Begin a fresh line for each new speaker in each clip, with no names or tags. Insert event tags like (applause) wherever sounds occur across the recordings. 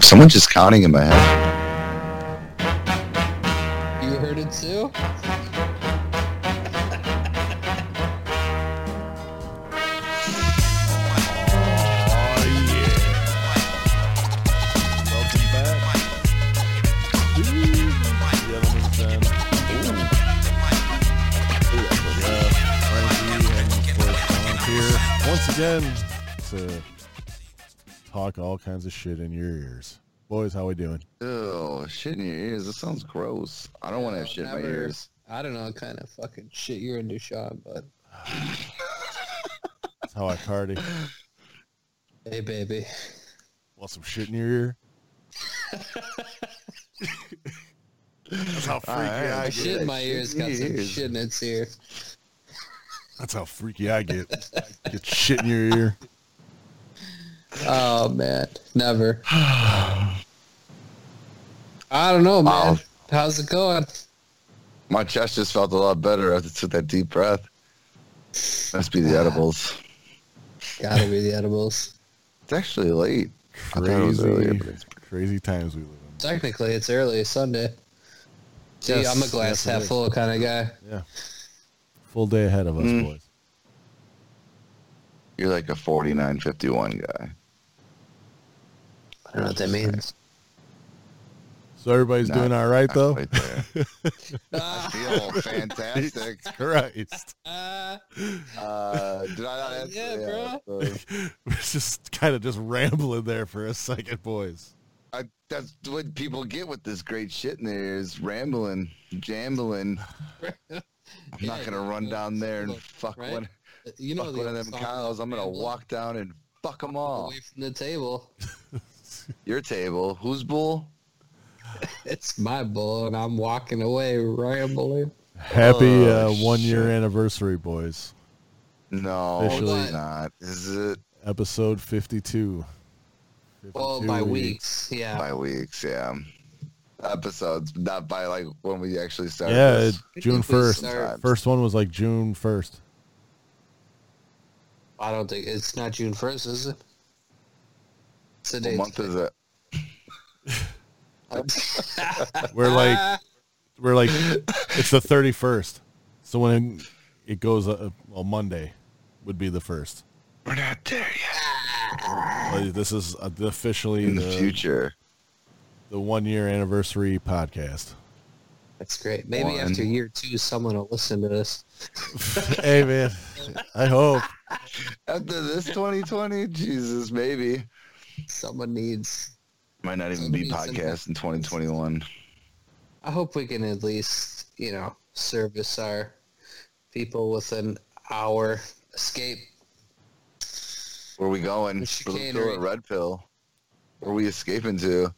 Someone's just counting in my head.
You heard it too?
Welcome back. Gentlemen's time. Ooh, that was rough. Randy and, of course, John here once again to talk all kinds of shit in your ears. Boys, how we doing?
Ew, shit in your ears. That sounds gross. I don't want to have shit in my
Never-
ears.
I don't know what kind of fucking shit you're into, Sean, but
That's how I party.
hey, baby.
Want some shit in your ear? That's how freaky
Alright,
I
I
get.
Yeah,
Shit in my
shit
ears
in
got
your
some
ears.
shit in its ear.
That's how freaky I get. Get shit in your ear.
Oh, man.
(sighs)
Never. I don't know, man.
Wow.
How's it going?
My chest just felt a lot better after I took that deep breath. Must be the edibles.
Gotta be the edibles.
It's actually late. I thought it was earlier,
Crazy,
but it's-
crazy times we live in.
Technically, it's early Sunday. See,
Yes,
I'm a glass
yes, it
half
is.
full kind of guy.
Yeah. Full day ahead of us,
Mm.
boys.
You're like a 4951 guy.
I don't know what that means.
So everybody's
Nah,
doing all right, though.
Right there. I feel fantastic.
(laughs) Christ,
Ah,
Uh, did I not answer?
Yeah, bro.
so-
we're just kind of just rambling there for a second, boys.
I, that's what people get with this great shit in their ears. Rambling, jambling. I'm not
Yeah,
gonna run
yeah,
down there and
look,
fuck
right?
one,
you know
fuck
the
one of
old
them
song,
cows. I'm gonna
Ramble
walk down and fuck them all.
away from the table. (laughs)
Your table, whose bull?
It's my bull, and I'm walking away rambling.
Happy
Oh,
uh, one-year
shit.
anniversary, boys.
No,
Officially.
it's not. Is it
Episode fifty-two.
Well,
52
by
weeks.
weeks, yeah.
by weeks? Yeah, episodes, not by like when we actually started.
Yeah,
this.
it- June
Typically
first.
start-
First one was like June first.
I don't think it's not June first, is it? It's the
what month is it?
We're like,
(laughs)
we're like, it's the thirty-first. So when it goes, uh, well, Monday would be the first.
We're not there yet.
Well, This is uh, officially
In the future,
the one year anniversary podcast.
That's great. Maybe
One.
after year two, someone will listen to this.
hey man, I hope
after this 2020, Jesus, maybe.
Someone needs.
Might not even be
Somebody send
podcast in 2021.
I hope we can at least, you know, service our people with an hour escape.
Where we going?
With
Blue pill
chicanery.
or red pill? Where we escaping to?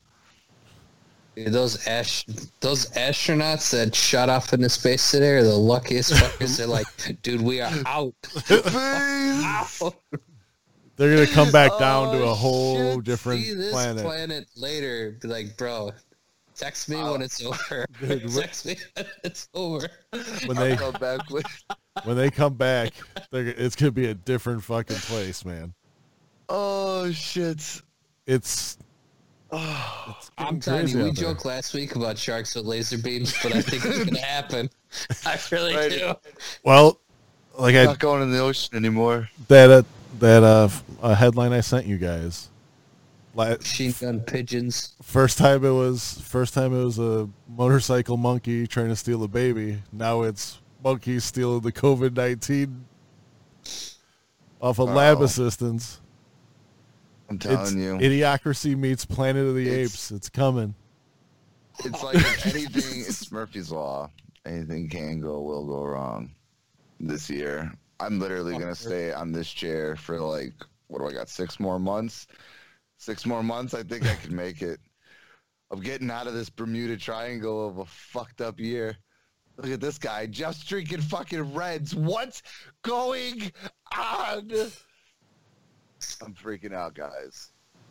Dude, those ash, those astronauts that shot off into space today are the
(laughs)
luckiest fuckers. They're like, dude, we are out.
Please!
out.
they're gonna come
(laughs)
back down to
Oh,
a whole
shit,
different
see this
planet.
planet. later. Be like, bro, text me when it's over.
(laughs)
(laughs)
Dude, we're-
text me when it's over.
When
(laughs)
they
I'll go back with-
when they come back, they're, it's gonna be a different fucking place, man.
Oh shit!
It's, (sighs)
Oh,
it's getting
I'm telling
crazy
you, we
out there.
joked last week about sharks with laser beams, but I think it's gonna
(laughs)
happen. (laughs) I really
Right.
do.
Well, like I
not going in the ocean anymore.
that uh, that uh, f- uh headline I sent you guys. La-
Machine gun pigeons.
First time it was first time it was a motorcycle monkey trying to steal a baby. Now it's monkeys stealing the COVID nineteen off of lab
Wow.
assistants.
I'm telling
It's
you,
idiocracy meets Planet of the
It's-
Apes. It's coming.
it's like if anything. It's Murphy's law. Anything can go, will go wrong. This year, I'm literally gonna stay on this chair for like what do I got? Six more months. Six more months. I think I can make it. I'm getting out of this Bermuda Triangle of a fucked up year. Look at this guy, just drinking fucking Reds. What's going on? I'm freaking out, guys.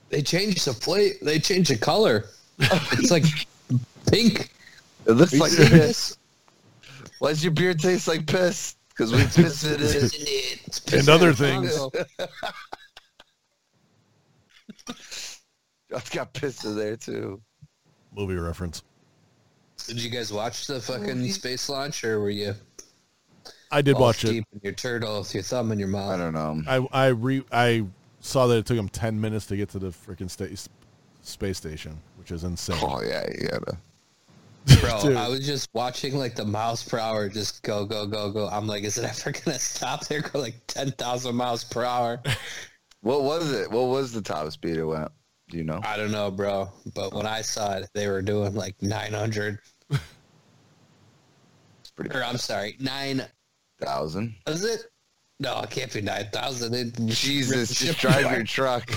They changed the plate. They changed the color. (laughs) It's like pink.
It looks
You
like piss.
see this?
Why does your beer taste like piss? Because we pissed it (laughs) in.
It's
And other
pissing in the
things.
Congo.
Just got pissed in there too.
Movie reference.
Did you guys watch the fucking space launch, or were you
I did
balls
watch it.
deep in your turtle with your thumb in your
I
mouth?
don't know.
I I re I saw that it took them ten minutes to get to the freaking sta- space station, which is insane.
Oh yeah, you gotta.
Bro,
Dude.
I was just watching like the miles per hour just go, go, go, go. I'm like, is it ever (laughs) gonna stop? They're going like ten thousand miles per hour.
What was it? What was the top speed it went? Do you know?
I don't know, bro. But when I saw it, they were doing like nine hundred.
It's pretty
Or I'm sorry, nine
thousand.
was it? No, it can't be nine thousand.
Jesus, just drive your truck.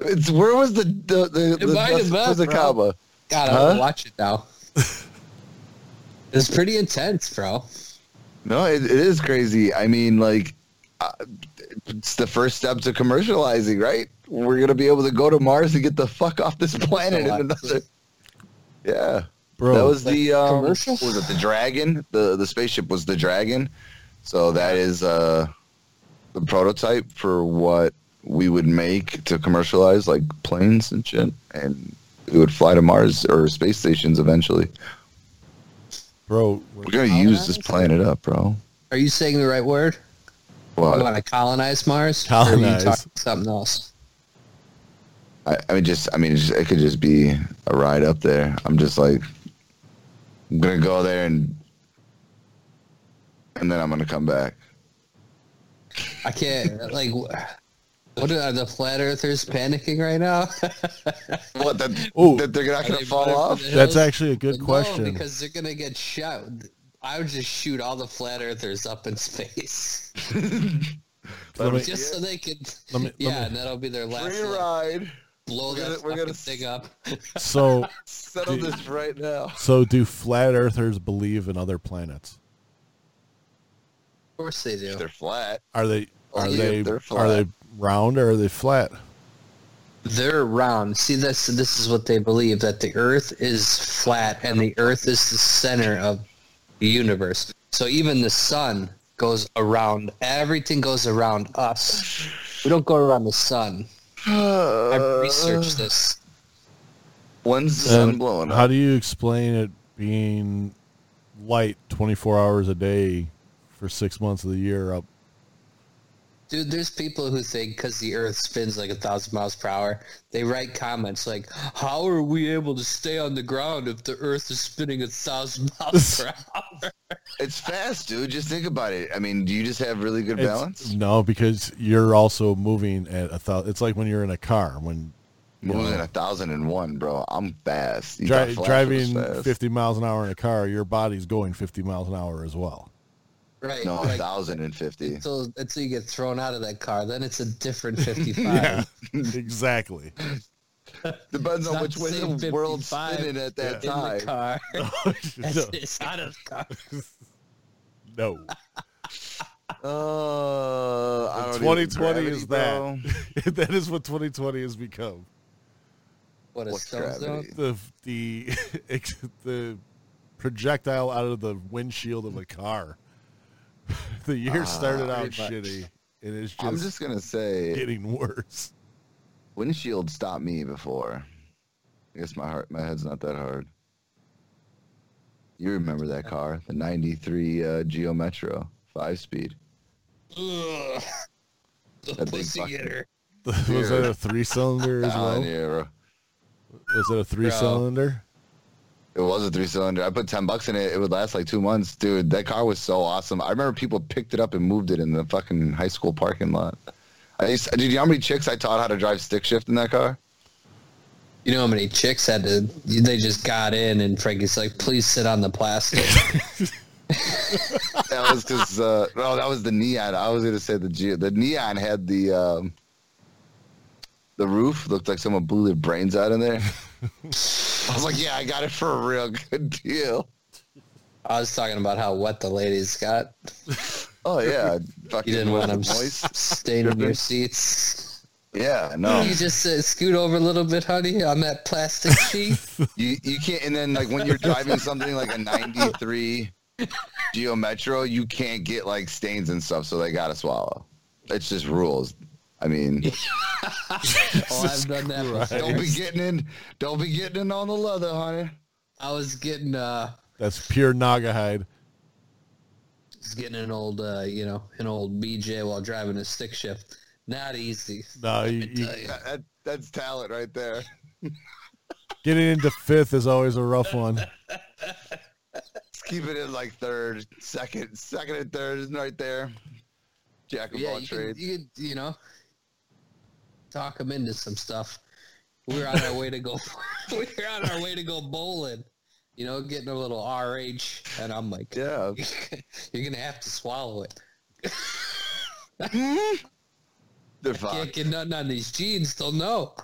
It's where was the the the, the,
might have
the,
been,
was the
bro.
comma?
God, I wanna
Huh?
watch it now. it's pretty intense, bro.
No, it, it is crazy. I mean, like, uh, it's the first step to commercializing, right? We're gonna be able to go to Mars and get the fuck off this planet in another. Yeah,
Bro,
that was the
the
um,
commercial?
Was it the Dragon? the The spaceship was the Dragon. So that is uh, the prototype for what we would make to commercialize like planes and shit, and we would fly to Mars or space stations eventually.
bro. we're-
We're gonna use this planet up, bro.
(laughs) Are you saying the right word?
What?
you want to colonize Mars? Or are you
Colonize.
talking something else?
I, I mean, just I mean, it's just, it could just be a ride up there. I'm just like, I'm gonna go there and and then I'm gonna come back.
I can't. Like, what are the flat earthers panicking right now? (laughs)
What? That,
(laughs) Ooh.
that they're not
Are
gonna
they
fall
running for
off?
the
That's
hills?
actually a good
No,
question.
because they're gonna get shot. I would just shoot all the flat earthers up in space (laughs)
Let me-
just so they could.
Let me- let
yeah,
me-
and that'll be their last.
Free
one.
ride.
Blow
We're
that
gonna- we're
fucking
gonna-
thing up. (laughs)
so
Settle
Dude.
this right now.
so do flat earthers believe in other planets?
Of course they do.
They're
(sighs)
flat.
Are they
Oh,
are
yeah,
they
they're
are
flat.
they round or are they flat?
They're round. See, that's this is what they believe that the Earth is flat and the Earth is the center of the universe. So even the sun goes around. Everything goes around us. We don't go around the sun.
Uh.
I've researched this.
(sighs) When's the sun
And
blowing
How
up?
do you explain it being light 24 hours a day for six months of the year up?
Dude, there's people who think because the Earth spins like a thousand miles per hour, they write comments like, "How are we able to stay on the ground if the Earth is spinning a thousand (laughs) miles per hour?"
It's fast, dude. Just think about it. I mean, do you just have really good
It's-
balance?
No, because you're also moving at a thousand. It's like when you're in a car when you
Moving
know,
a thousand and one, bro. I'm fast. You
dri-
thought Flash was
driving
fast.
50 miles an hour in a car, your body's going 50 miles an hour as well.
(laughs)
Right?
No, a
like,
thousand and fifty.
until until you get thrown out of that car. Then it's
(laughs)
a different 55.
exactly.
Depends on
not
which way
the
the
same
world's
55
spinning at that
In the
time. (laughs)
car, (laughs)
(laughs) no,
It's- it's out of the car.
no.
Uh, I don't even-
2020
gravity,
is that.
bro.
(laughs) that is what 2020 has become.
What a
What's
stone zone.
gravity?
the the (laughs) the projectile out of the windshield of a car. (laughs) the year started
Ah,
out
pretty much.
shitty and it's
I'm
just,
just gonna say
(laughs) getting worse.
windshield stopped me before. I guess my heart, my head's not that hard. You remember that car, the '93 uh, Geo Metro, five speed.
Ugh. The
That big
pussy
fucking-
getter.
was that a three
(laughs)
cylinder as well?
Telling you, bro.
Was it a three cylinder?
It was a three cylinder. I put ten bucks in it. It would last like two months, dude. That car was so awesome. I remember people picked it up and moved it in the fucking high school parking lot. I used, did you know how many chicks I taught how to drive stick shift in that car?
You know how many chicks had to? They just got in, and Frankie's like, "Please sit on
(laughs)
the plastic."
that was because uh, no, that was the neon. I was gonna say the Geo. The neon had the um, the roof looked like someone blew their brains out in there. I was like, yeah, I got it for a real good deal.
I was talking about how wet the ladies got.
Oh yeah, fucking
You didn't want them
moist.
staining
(laughs)
your
Dripping.
seats.
Yeah, no,
You just said, "Scoot over a little bit, honey, on
(laughs)
that plastic sheet."
you you can't. And then like when you're driving something like a '93 Geo Metro, you can't get like stains and stuff, so they gotta swallow. It's just rules. I mean,
Oh, I've done that. before.
don't be getting in. Don't be getting in on the leather, honey.
I was getting uh,
That's pure Naga hide.
was getting an old, uh, you know, an old BJ while driving a stick shift. Not easy.
No, you, you,
Tell ya.
That, that, that's talent right there.
getting into fifth is always a rough
(laughs)
one.
Let's keep it in like third, second, second and third isn't right there. Jack of
yeah,
all
you could,
trades.
you could, you know, talk him into some stuff. We were on our way to go. (laughs) we were on our way to go bowling. You know, getting a little RH, and I'm like,
yeah.
(laughs) you're gonna have to swallow it.
They're
Can't
fucked.
get nothing on these jeans
(laughs)
till no.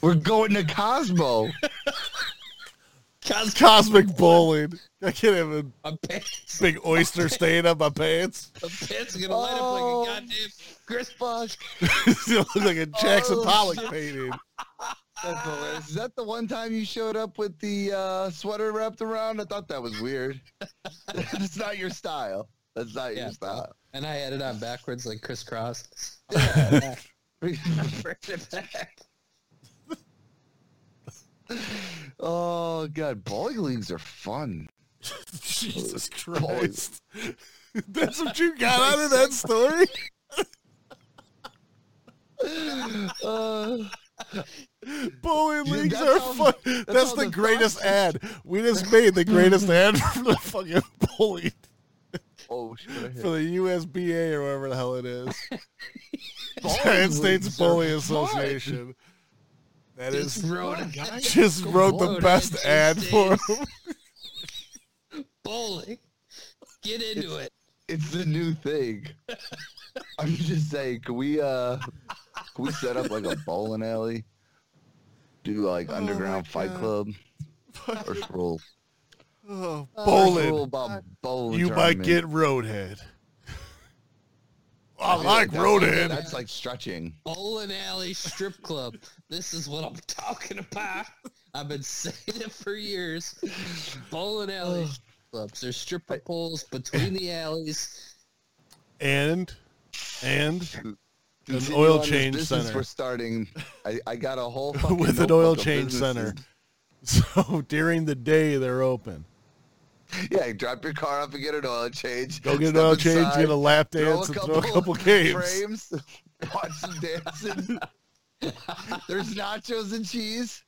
We're going to
(laughs)
Cosmo.
Cause
Cosmic bowling. I can't have a
my pants,
big oyster stain on my pants.
my pants are gonna light
Oh.
up like a goddamn crisp box.
(laughs) you look like a Jackson
Oh,
Pollock painting.
That's hilarious. Is that the one time you showed up with the uh, sweater wrapped around? I thought that was weird. (laughs) That's not your style. That's not
Yeah.
your style.
And I had it on backwards like crisscross. (laughs)
oh god, bowling leagues are fun.
(laughs) (laughs) Jesus Christ. That's what you got out of that (laughs) story?
Uh,
Bowling
Yeah,
leagues
that's
are
how-
(laughs) fun. That's,
that's how
the
the
greatest ad. (laughs) We just made the greatest (laughs) ad for the fucking bowling
oh shit.
for the USBA or whatever the hell it (laughs) is.
Bowling
United States
leagues are
Bowling
fun.
Association. That is
Just wrote a
(laughs) just wrote
Bowling
the best
these
ad for (laughs)
days.
him.
bowling. Get into it.
It's the new
(laughs)
thing. I'm just saying, can we uh can we set up
(laughs)
like a bowling alley? Do like
Oh,
underground
my
fight
God.
club? First rule.
Oh,
First rule
bowling.
about bowling.
You might
tournament.
get Roadhead.
I
I
feel
like
that's-
Roadhead.
That's like stretching.
Bowling alley strip club. This is what I'm talking about. I've been saying it for years. Bowling
Oh.
alley strip clubs. There's stripper poles between the alleys.
And and
Continue
oil
on this
change
business
center.
We're starting. I, I got a whole (laughs)
(laughs)
fucking
with an oil
notebook of
change center.
businesses.
(laughs) So during the day they're open.
(laughs) Yeah, drop your car off and get an oil change.
Go get an
Step
oil change,
inside,
get a lap
throw
dance, and throw a couple (laughs) games.
Frames, watch some dancing. (laughs) There's nachos and cheese.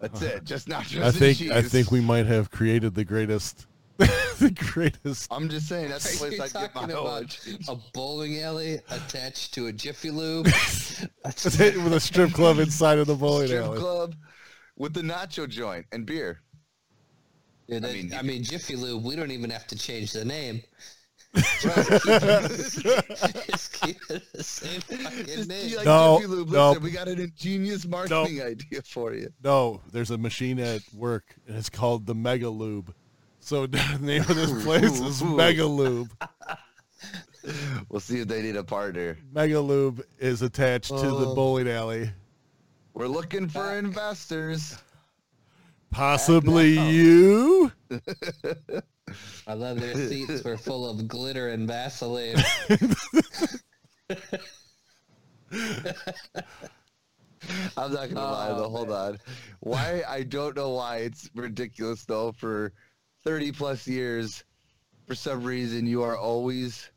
That's it. Just nachos
I think
and cheese.
I think we might have created the greatest (laughs) the greatest
I'm just saying (laughs) that's the place
(laughs) You're
I get my
talking
oil
about
change.
a bowling alley attached to a
(laughs)
Jiffy Lube.
(laughs) with a strip club inside of the bowling
Strip
alley.
club with the nacho joint and beer.
Dude, I,
mean,
mean, I mean, Jiffy Lube. We don't even have to change
(laughs)
the name. Just keep it the same fucking
Just be
name.
like
No,
Jiffy Lube.
no.
Listen, we got an ingenious marketing (laughs) idea for you.
No, there's a machine at work and it's called the Mega Lube. So (laughs) the name of this
(laughs)
place is Mega Lube.
We'll see if they need a partner.
Mega Lube is attached to the
Oh.
bowling alley.
We're looking
Uh,
for investors.
Possibly you?
I love their seats were full of glitter and Vaseline.
I'm not gonna
Oh,
lie though. Hold on. Why I don't know why it's ridiculous though. For 30 plus years, for some reason you are always,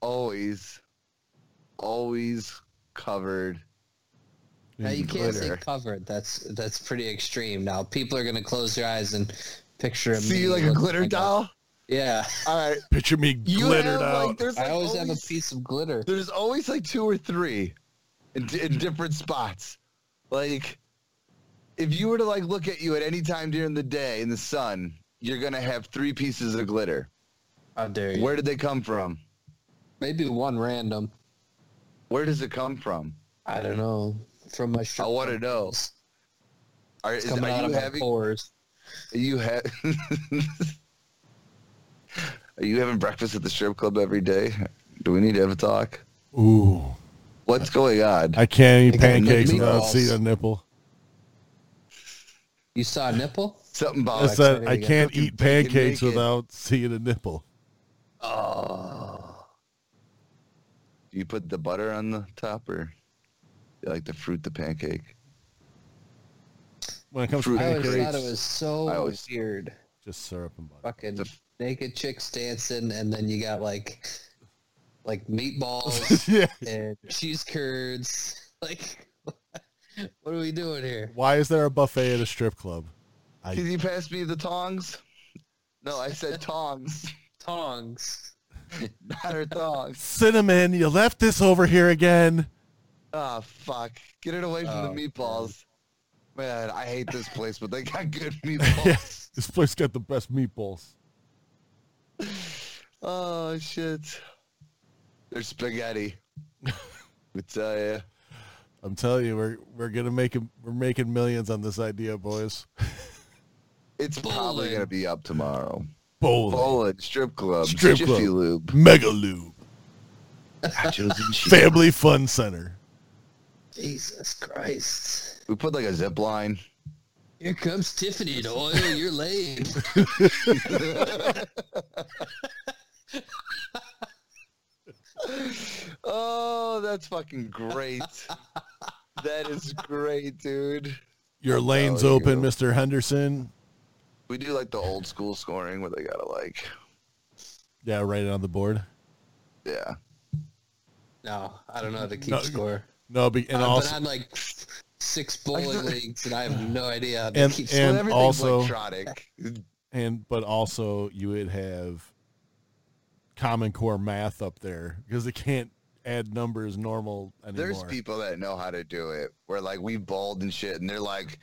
always, always covered.
Now, you can't say
Mm, Glitter.
covered. That's that's pretty extreme. Now people are gonna close their eyes and picture a
See
me
you like a
looking
glitter
like
doll.
Yeah,
All right.
Picture me
You
glittered
have,
out.
Like, there's like
I always
always,
have a piece of glitter.
there's always like two or three, in, di- in different spots. Like, if you were to like look at you at any time during the day in the sun, you're gonna have three pieces of glitter.
How dare you?
Where did they come from?
Maybe one random.
Where does it come from?
I don't know. From my
I
shirt
want to know. Are, is,
coming
are
out
you
of my
having?
pores.
Are you ha- (laughs) Are you having breakfast at the strip club every day? Do we need to have a talk?
Ooh.
What's going on?
I can't
They
eat
got nip
pancakes without
meatballs.
seeing a nipple.
You saw a nipple?
Something
I
about
said I
exciting.
can't eat pancakes
naked.
without seeing a nipple.
Oh. Do you put the butter on the top or do you like to fruit the pancake?
When it comes
Fruit
to
I always
pancakes,
thought it was so
I always-
weird.
just syrup and butter.
Fucking
The-
naked chicks dancing, and then you got like, like
(laughs)
meatballs
yeah.
and cheese curds. Like, what are we doing here?
Why is there a buffet at a strip club?
Can
I
you pass me the tongs? No, I said tongs, (laughs)
Tongs.
not her tongs.
cinnamon. You left this over here again. (laughs)
Ah, fuck. Get it away from
Oh,
the meatballs. Man, I hate
(laughs)
this place, but they got good meatballs.
This place got the best meatballs.
Oh, shit. They're spaghetti. we tell you.
I'm telling you, we're we're gonna make it. We're making millions on this idea, boys.
It's probably
Bowling.
going to be up tomorrow.
Bowling,
Bowling, strip club,
Strip
Jiffy
club.
Lube,
Mega Lube,
nachos (laughs) and cheese.
Family Fun Center.
Jesus Christ!
We put like a zip line.
Here comes Tiffany to oil your lane.
Oh, that's fucking great. that is great, dude.
Your lane's
you
open,
go.
Mister Henderson.
We do like the old school scoring where they gotta like,
Yeah, write it on the board.
yeah.
No, I don't know how to keep
No,
score.
No, be, and
Uh,
I've
also
been on like six bowling leagues, and I have no idea how to
And-
keep
and-
score.
Well, everything's
also-
electronic.
and but also you would have Common Core math up there because they can't add numbers normal anymore.
There's people that know how to do it. Where like we bowled and shit, and they're like,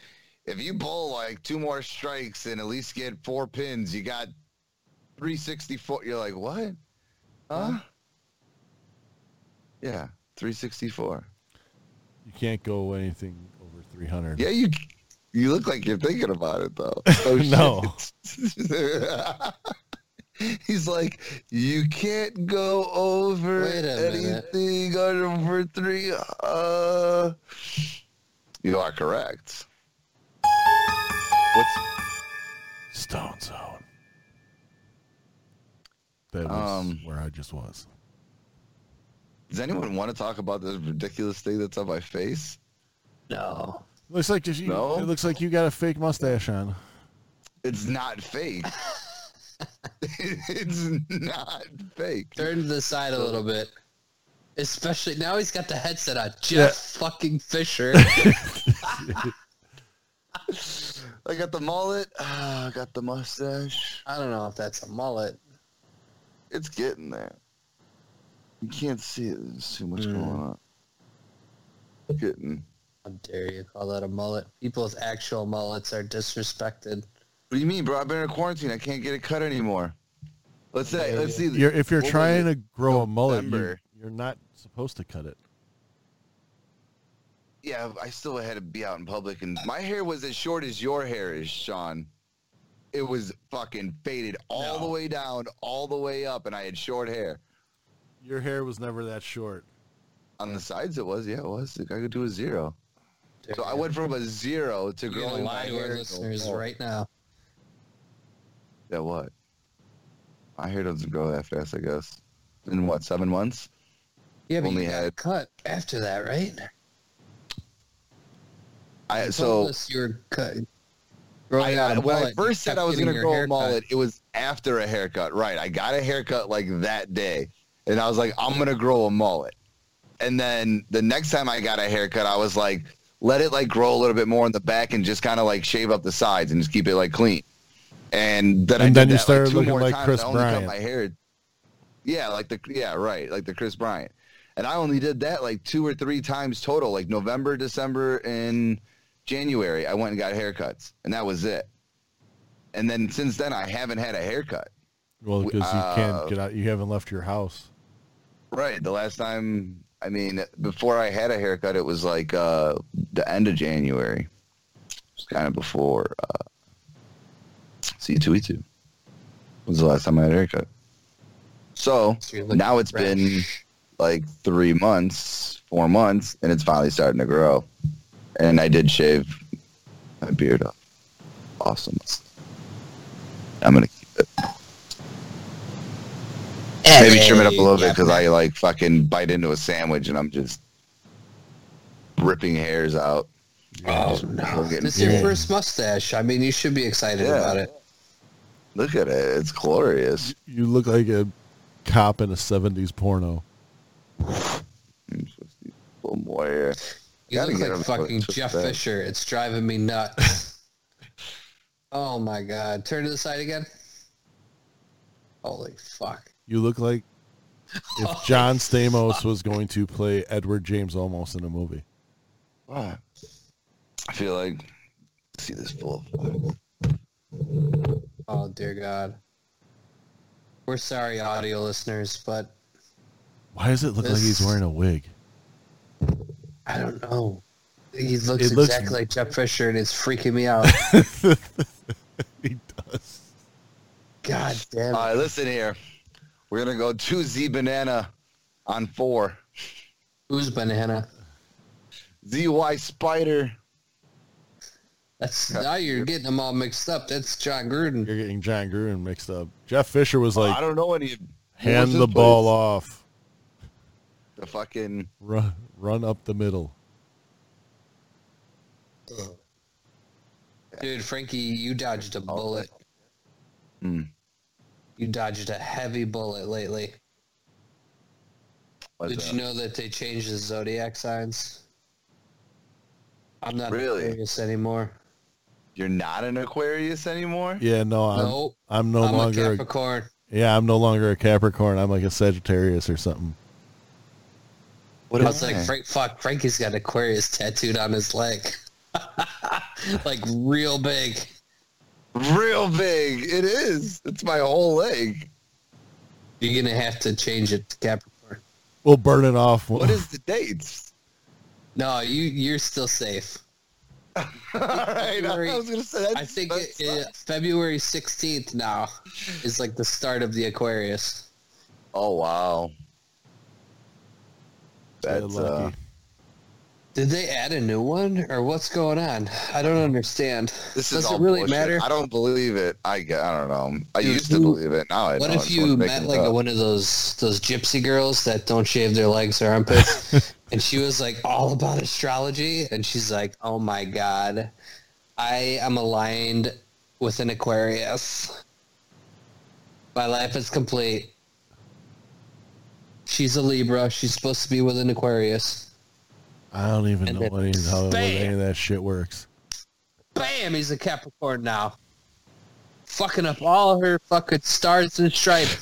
if you bowl like two more strikes and at least get four pins, you got 364. You're like, what? Huh? Yeah, 364.
you can't go anything over 300.
Yeah, you you look like you're thinking about it though. Oh,
No.
shit. (laughs) He's like, you can't go over
Wait a minute.
anything over three. Uh, you are correct. What's
Stone Zone. That was
Um,
where I just was.
does anyone want to talk about this ridiculous thing that's on my face?
No,
Looks like just you,
No?
it looks like you got a fake mustache on.
It's not fake. (laughs) it's not fake.
turn to the side a little bit. Especially now he's got the headset on. Jeff fucking Fisher. I
I got the mullet. Ah, I got the mustache.
don't know if that's a mullet.
It's getting there. You can't see it. There's too much
Mm.
going on. Getting.
How dare you call that a mullet? People with actual mullets are disrespected.
What do you mean, bro? I've been in quarantine. I can't get it cut anymore. Let's say. Let's see.
You're, if you're
What was
trying
it?
to grow a mullet, you,
November.
you're not supposed to cut it.
Yeah, I still had to be out in public, and my hair was as short as your hair is, Sean. It was fucking faded all
No.
the way down, all the way up, and I had short hair.
Your hair was never that short.
On the sides, it was. Yeah, it was. I could do a zero.
Dare
So I
you.
went from a zero to
You're gonna
growing my
lie to
hair.
our
to-
listeners
oh.
right now.
Yeah, what? My hair doesn't grow that fast, I guess. In what, seven months?
Yeah, but
Only
you got
had-
cut after that, right?
I
You
so
told us you were cut.
I,
Growing out a
when I
mullet, you
first said
kept
I was
getting
gonna
your
grow
hair
a
cut.
mullet, it was after a haircut. Right. I got a haircut like that day. And I was like, I'm gonna grow a mullet. And then the next time I got a haircut, I was like, let it like grow a little bit more in the back and just kinda like shave up the sides and just keep it like clean. And then I
And then
did
you
that,
started
like, two
looking
more
like
times.
Chris
I only
Bryant.
cut my hair Yeah, like the yeah, right, like the Chris Bryant. And I only did that like two or three times total, like November, December, and January. I went and got haircuts, and that was it. And then since then, I haven't had a haircut.
Well,
We-
because you
uh,
can't get out. You haven't left your house.
Right. The last time, I mean, before I had a haircut, it was like uh, the end of January. It's kind of before uh, C2E2 was the last time I had a haircut. So
So you're looking
now it's
fresh.
been like three months, four months, and it's finally starting to grow. And I did shave my beard off. Awesome. I'm going to keep it. Maybe trim it up a little bit because I like fucking bite into a sandwich and I'm just ripping hairs out.
Oh,
I'm
no.
getting
This is your
pure.
first mustache. I mean, you should be excited
Yeah.
about it.
Look at it. It's glorious.
You look like a cop in a 70s porno.
Oh boy.
You
Gotta
look
get
like
him to
fucking
twist
Jeff
that.
Fisher. It's driving me nuts. (laughs) oh my god. Turn to the side again. Holy fuck.
You
(laughs)
look like if John Stamos was going to play Edward James almost in a movie.
What? I feel like see this full.
Oh dear god. We're sorry, audio listeners, but
Why does it look like he's
This-
wearing a wig?
I don't know. He looks
It looks-
exactly like Jeff Fisher and it's freaking me out.
(laughs)
(laughs)
He does.
god damn
All
it.
right, listen here. We're gonna go two Z banana on four.
Who's banana?
ZY spider.
(laughs)
That's now you're getting them all mixed up. That's John Gruden.
You're getting John Gruden mixed up. Jeff Fisher was
I
like,
don't know any.
hand the ball off,
The fucking
run, run up the middle.
Dude, Frankie, you dodged a bullet.
Hmm.
You dodged a heavy bullet lately.
what's
Did
that?
you know that they changed the zodiac signs? I'm not
Really?
Aquarius anymore.
You're not an Aquarius anymore.
Yeah, no,
Um,
I'm,
Nope.
I'm no
I'm a
longer. A
Capricorn.
yeah, I'm no longer a Capricorn. I'm like a Sagittarius or something.
What
I
am
was like,
I?
Frank, fuck, Frankie's got Aquarius tattooed on his leg. (laughs) like real big.
Real big. It is. It's my whole leg.
You're gonna have to change it to Capricorn.
We'll burn it off.
What is the dates? (laughs)
No, you you're still safe.
All right. I
February-
was gonna say. That's,
I think
that
it,
sucks.
it- February 16th now is like the start of the Aquarius.
Oh wow.
They're
That's uh,
lucky.
Did they add a new one or what's going on? I don't understand.
this is
Does
all
it really
bullshit.
matter?
I don't believe it. I get, I don't know. I
Dude,
used to
who-
believe it. Now I
What
don't.
if you met like a, one of those those gypsy girls that don't shave their legs or
(laughs)
armpits, and she was like all about astrology, and she's like, "Oh my god, I am aligned with an Aquarius. My life is complete." She's a Libra. She's supposed to be with an Aquarius.
I don't even
and
know
then
what any, how
bam.
any of that shit works.
Bam! He's a Capricorn now. Fucking up all her fucking stars and
(laughs)
stripes.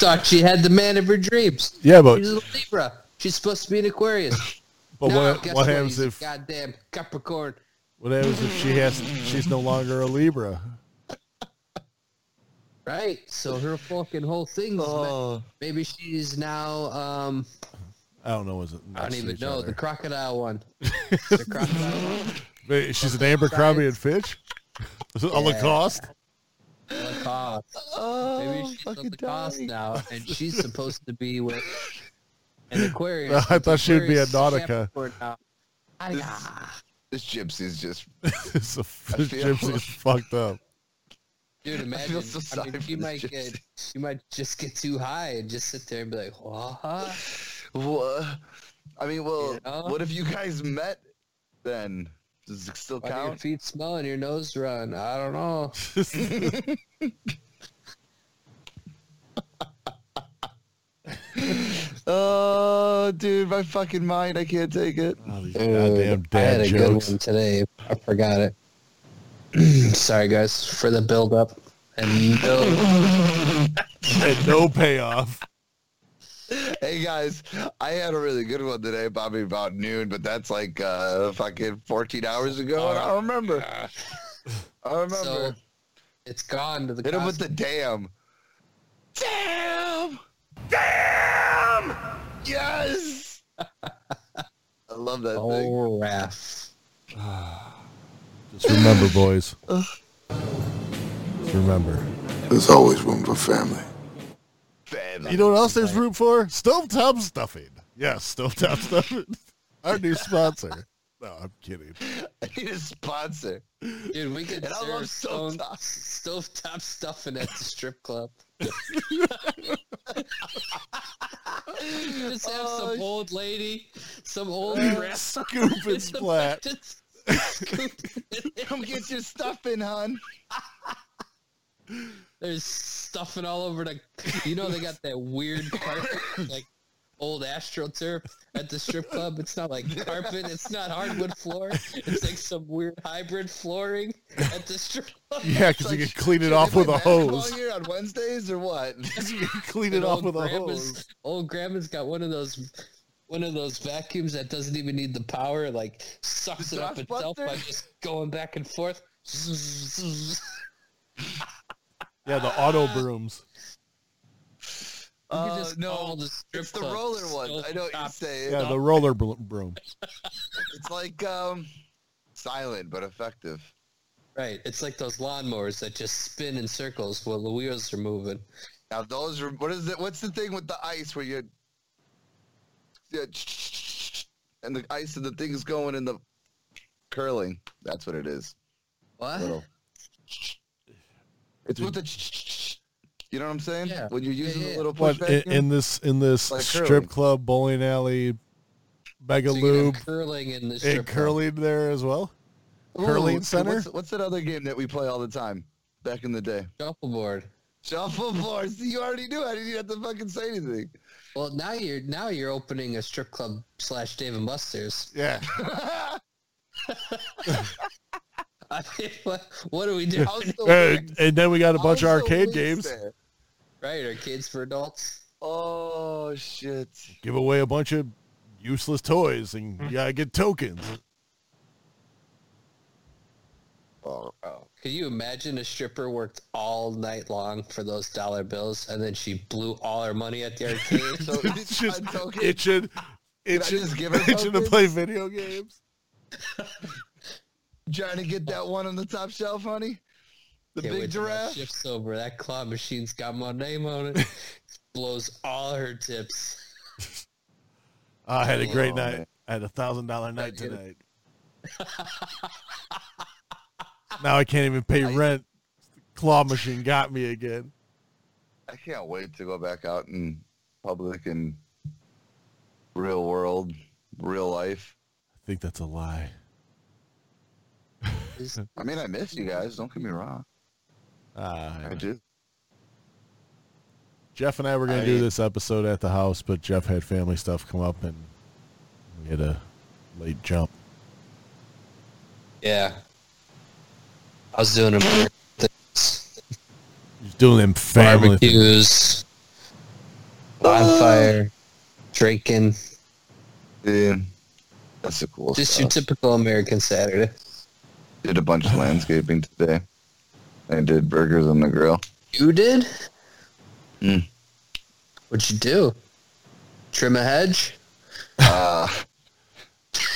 Thought she had the man of her dreams.
Yeah, but
She's a Libra. She's supposed to be an Aquarius.
(laughs) but
Now,
what
guess
what
He's
happens
a
if
goddamn Capricorn?
what happens if she has she's no longer a Libra?
Right. So her fucking whole thing.
Oh.
Maybe she's now. Um,
I don't know. Is it?
I don't
next to
even
each
know
other.
the crocodile
(laughs)
one. the crocodile. one.
Wait, she's an Abercrombie and Fitch. (laughs) Is it a Lacoste? (laughs)
Lacoste.
Oh,
Maybe she's on the cost now, and she's supposed to be with an Aquarius.
No, (laughs) I
With
thought she'd be a
Aquarius
Nautica.
Capricorn now. Ah,
this gypsy's just
it's a
I
this
feel-
gypsy's fucked
(laughs)
up.
Dude,
feel
imagine.
so
I
sorry
mean,
for
you
this
might
gypsy.
get, you might just get too high and just sit there and be like, what?
what? I mean, well,
You know?
what if you guys met then? Does it still
Why do your
count?
feet smell and your nose run? I don't know.
Oh, dude, my fucking mind. I can't take it.
Oh, these
Dude,
goddamn
I had
dad
a good
jokes.
one today. I forgot it. (clears throat) Sorry, guys, for the build up.
(laughs)
And no,
(laughs) And no payoff.
Hey guys, I had a really good one today, Bobby, about noon, but that's like uh, fucking 14 hours ago, and I don't remember. I don't remember.
so it's gone to the.
Hit him with the
cost-
damn. Damn! Damn! Yes! (laughs) I love that thing.
oh, Raph.
Just remember, boys.
(laughs)
Just remember.
There's always room for family.
Bam.
You know what else there's room for? Stovetop stuffing. Yes, stovetop stuffing. (laughs) Our new sponsor. No, I'm kidding.
I need a sponsor.
Dude, we could
And I
serve
love
stone,
stovetop.
stovetop stuffing at the strip club. Just have
Oh,
some
sh-
old lady, some old
(laughs)
grandma.
(laughs) Scoop and
(laughs)
splat.
Just scoop it in.
Come get your stuff in, hon.
There's stuffing all over the. You know they got that weird carpet, like old AstroTurf at the strip club. It's not like carpet. It's not hardwood floor. It's like some weird hybrid flooring at the strip club.
Yeah, because you can clean it off with a hose.
Here on Wednesdays or what?
(laughs) You can clean
And
it off
old
with a
grandma's-
hose.
(laughs) Old grandma's got one of those one of those vacuums that doesn't even need the power, like sucks it up
Dust
itself by
buster?
just going back and forth. (laughs)
Yeah, the auto brooms.
You
Uh,
just call
no,
the strip
it's the
club
roller one.
silver
I know what you
top.
say.
Yeah, the roller bl- broom.
It's like um, silent but effective.
Right. It's like those lawnmowers that just spin in circles while the wheels are moving.
Now those are what is it? What's the thing with the ice where you, you and the ice and the thing's going in the curling? That's what it is.
(sighs) What?
Little. It's with the. You know what I'm saying?
Yeah.
When you're
Yeah,
using
yeah, yeah.
the little push
What in, in this in this
Like
strip
curling.
club, bowling alley, mega
So you can have
lube,
curling in the
and
strip club.
curling there as well. curling center?
What's, what's that other game that we play all the time back in the day?
shuffleboard.
Shuffleboard. (laughs) See, you already knew. I didn't even have to fucking say anything.
Well, now you're now you're opening a strip club slash Dave and Buster's. (laughs)
Yeah,
I mean, what, what do we do?
(laughs) and, and then we got a bunch of
Also
arcade
Wings
games.
there.
(laughs) Right, are kids for adults?
Oh shit.
Give away a bunch of useless toys, and you gotta get
(laughs)
tokens. (laughs)
Oh,
Could you imagine a stripper worked all night long for those dollar bills and then she blew all her money at the arcade?
so
(laughs)
(laughs)
It's just
a token?
itching, itching,
just give her
(laughs) itching to
tokens?
play video games.
(laughs) trying to get that one on the top shelf, honey. The
Can't
big
wait till that
giraffe.
Shift's over. That claw machine's got my name on it. Blows all her tips.
I had a great
Oh,
night.
man.
I had a thousand dollar night
get it.
(laughs)
tonight. now I can't even pay rent. Claw machine got me again.
I can't wait to go back out in public and real world, real life.
I think that's a lie.
Is-
I mean, I miss you guys. Don't get me wrong. I
Uh,
do.
Jeff and I were going
I-
to do this episode at the house, but Jeff had family stuff come up and we had a late jump.
Yeah. I was doing them things.
He's doing them family things.
barbecues, bonfire, drinking.
Yeah, that's a cool.
Just
stuff.
your typical American Saturday.
did a bunch of landscaping today. I did burgers on the grill.
You did?
Hmm.
What'd you do? Trim a hedge?
Uh,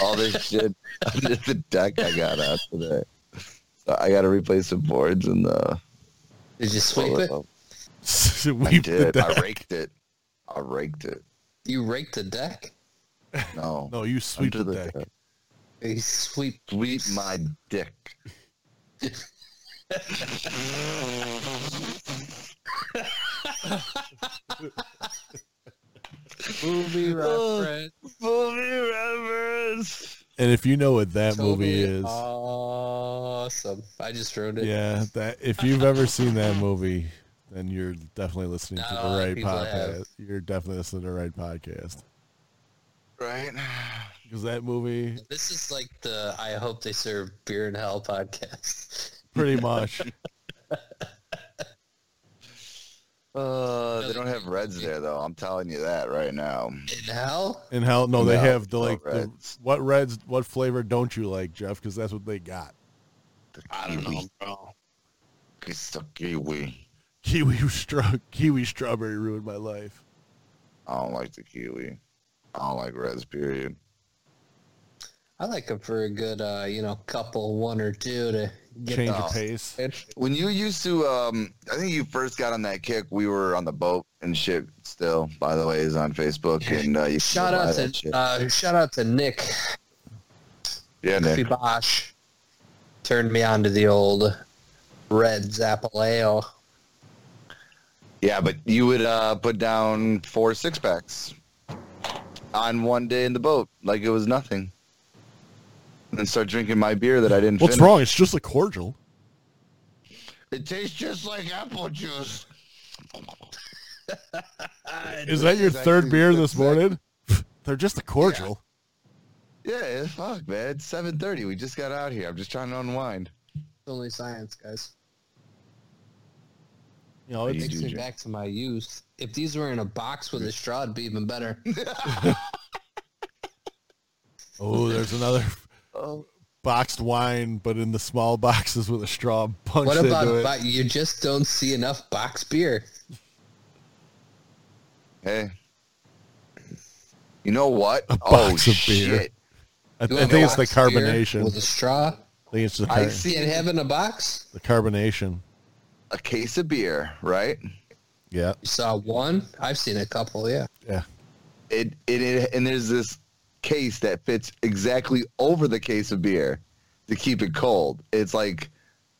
all this shit. (laughs) Just the deck I got out today. So I got to replace the boards and the.
Did you sweep it?
(laughs)
I
Weep the
did. I
deck.
raked it. I raked it.
You raked the deck?
No.
No, you sweep
Under
the deck.
You sweep.
Sweep my dick. (laughs)
Movie
reference. Movie reference.
And if you know what that movie is,
Awesome. I just ruined it.
yeah, that if you've ever seen that movie, then you're definitely listening to
Not a lot
the
of
right
people have.
podcast. You're definitely listening to the right podcast
Right.
because that movie
This is like the I hope they serve beer in hell podcast. (laughs)
pretty much.
Uh, they don't have reds there though. I'm telling you that right now.
In hell?
And hell, no, they
No,
have the
no
like the,
reds.
what reds, what flavor don't you like, Jeff? Because that's what they got.
I don't know, bro. It's the kiwi.
Kiwi (laughs) straw, kiwi strawberry ruined my life.
I don't like the kiwi. I don't like reds. Period.
I like them for a good, uh, you know, couple, one or two to get
Change
the-
of pace.
When you used to, um, I think you first got on that kick. We were on the boat and shit. Still, by the way, is on Facebook and uh, you can
Shout
go buy
out
that
to
shit.
uh, shout out to Nick
yeah, Nick.
Bosch. Turned me on to the old Reds Apple Ale.
Yeah, but you would uh, put down four six packs on one day in the boat like it was nothing, and start drinking my beer that I didn't.
What's
finish.
wrong? It's just a cordial.
It tastes just like apple juice.
Is that your
Exactly.
third beer this
Exactly.
morning?
(laughs)
They're just a cordial.
Yeah, fuck, man. It's seven thirty. We just got out here. I'm just trying to unwind.
only science, guys.
You know, it's,
Takes me
Ginger.
back to my youth. If these were in a box with a straw, it'd be even
(laughs)
better.
oh, there's another
Oh,
boxed wine, but in the small boxes with a straw (laughs) punched
What
into it.
about, but you just don't see enough box beer?
hey. You know what?
A
oh
box of beer.
shit!
I, I
You want
think it's the
box beer
carbonation.
with a straw.
I think it's the,
I
car-
see
See it have in a box.
the carbonation.
a case of beer, right?
Yeah,
You saw one. I've seen a couple. Yeah.
yeah.
It, it, it and there's this case that fits exactly over the case of beer to keep it cold. It's like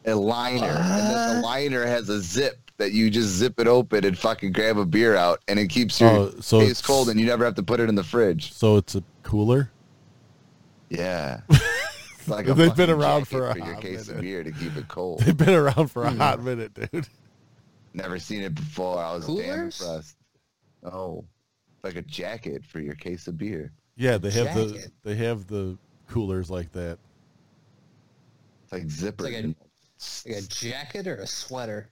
a liner, and then the liner has a zip that you just zip it open and fucking grab a beer out, and it keeps your
Oh, so
case
it's-
cold, and you never have to put it in the fridge.
So it's a cooler. (laughs)
Yeah. (laughs) It's like
They've been
fucking
around
jacket
for a
your
hot
case of
minute.
beer to
(laughs)
keep it cold.
They've been around for
Hmm.
a hot minute, dude.
Never seen it before. I was damn
Coolers?
impressed. Oh, like a jacket for your case of beer.
Yeah, they have the
Jacket.
they have the coolers like that.
It's like zipper.
like a- Like a jacket or a sweater.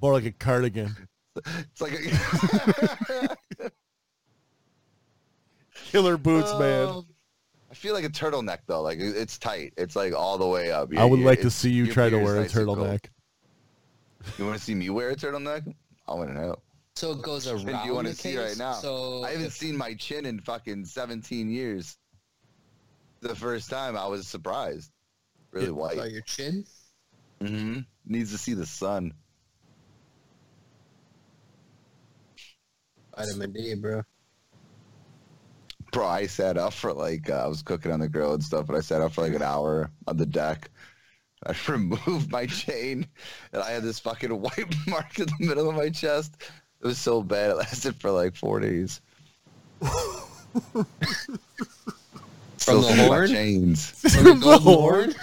More like a cardigan. (laughs)
(laughs) It's like a
Killer boots, man.
Um, I feel like a turtleneck though. Like it- it's tight. It's like all the way up.
I would
Your-
like to
it's-
see you
your
try to
beer's
wear a
nice and cold.
turtleneck.
You want to see me wear a turtleneck? I want to know.
So it goes around.
do you wanna
the
see right
case?
now?
So
I haven't
if-
seen my chin in fucking 17 years. The first time I was surprised. Really white.
oh, your chin.
hmm Needs to see the sun.
Vitamin D,
(laughs)
bro.
Bro, I sat up for like, uh, I was cooking on the grill and stuff, but I sat up for like an hour on the deck. I (laughs) removed my chain and I had this fucking (laughs) white mark in the middle of my chest. It was so bad. It lasted for like four
(laughs)
days. Still
the
see my
horn?
chains.
From the golden
No. (laughs)
horn?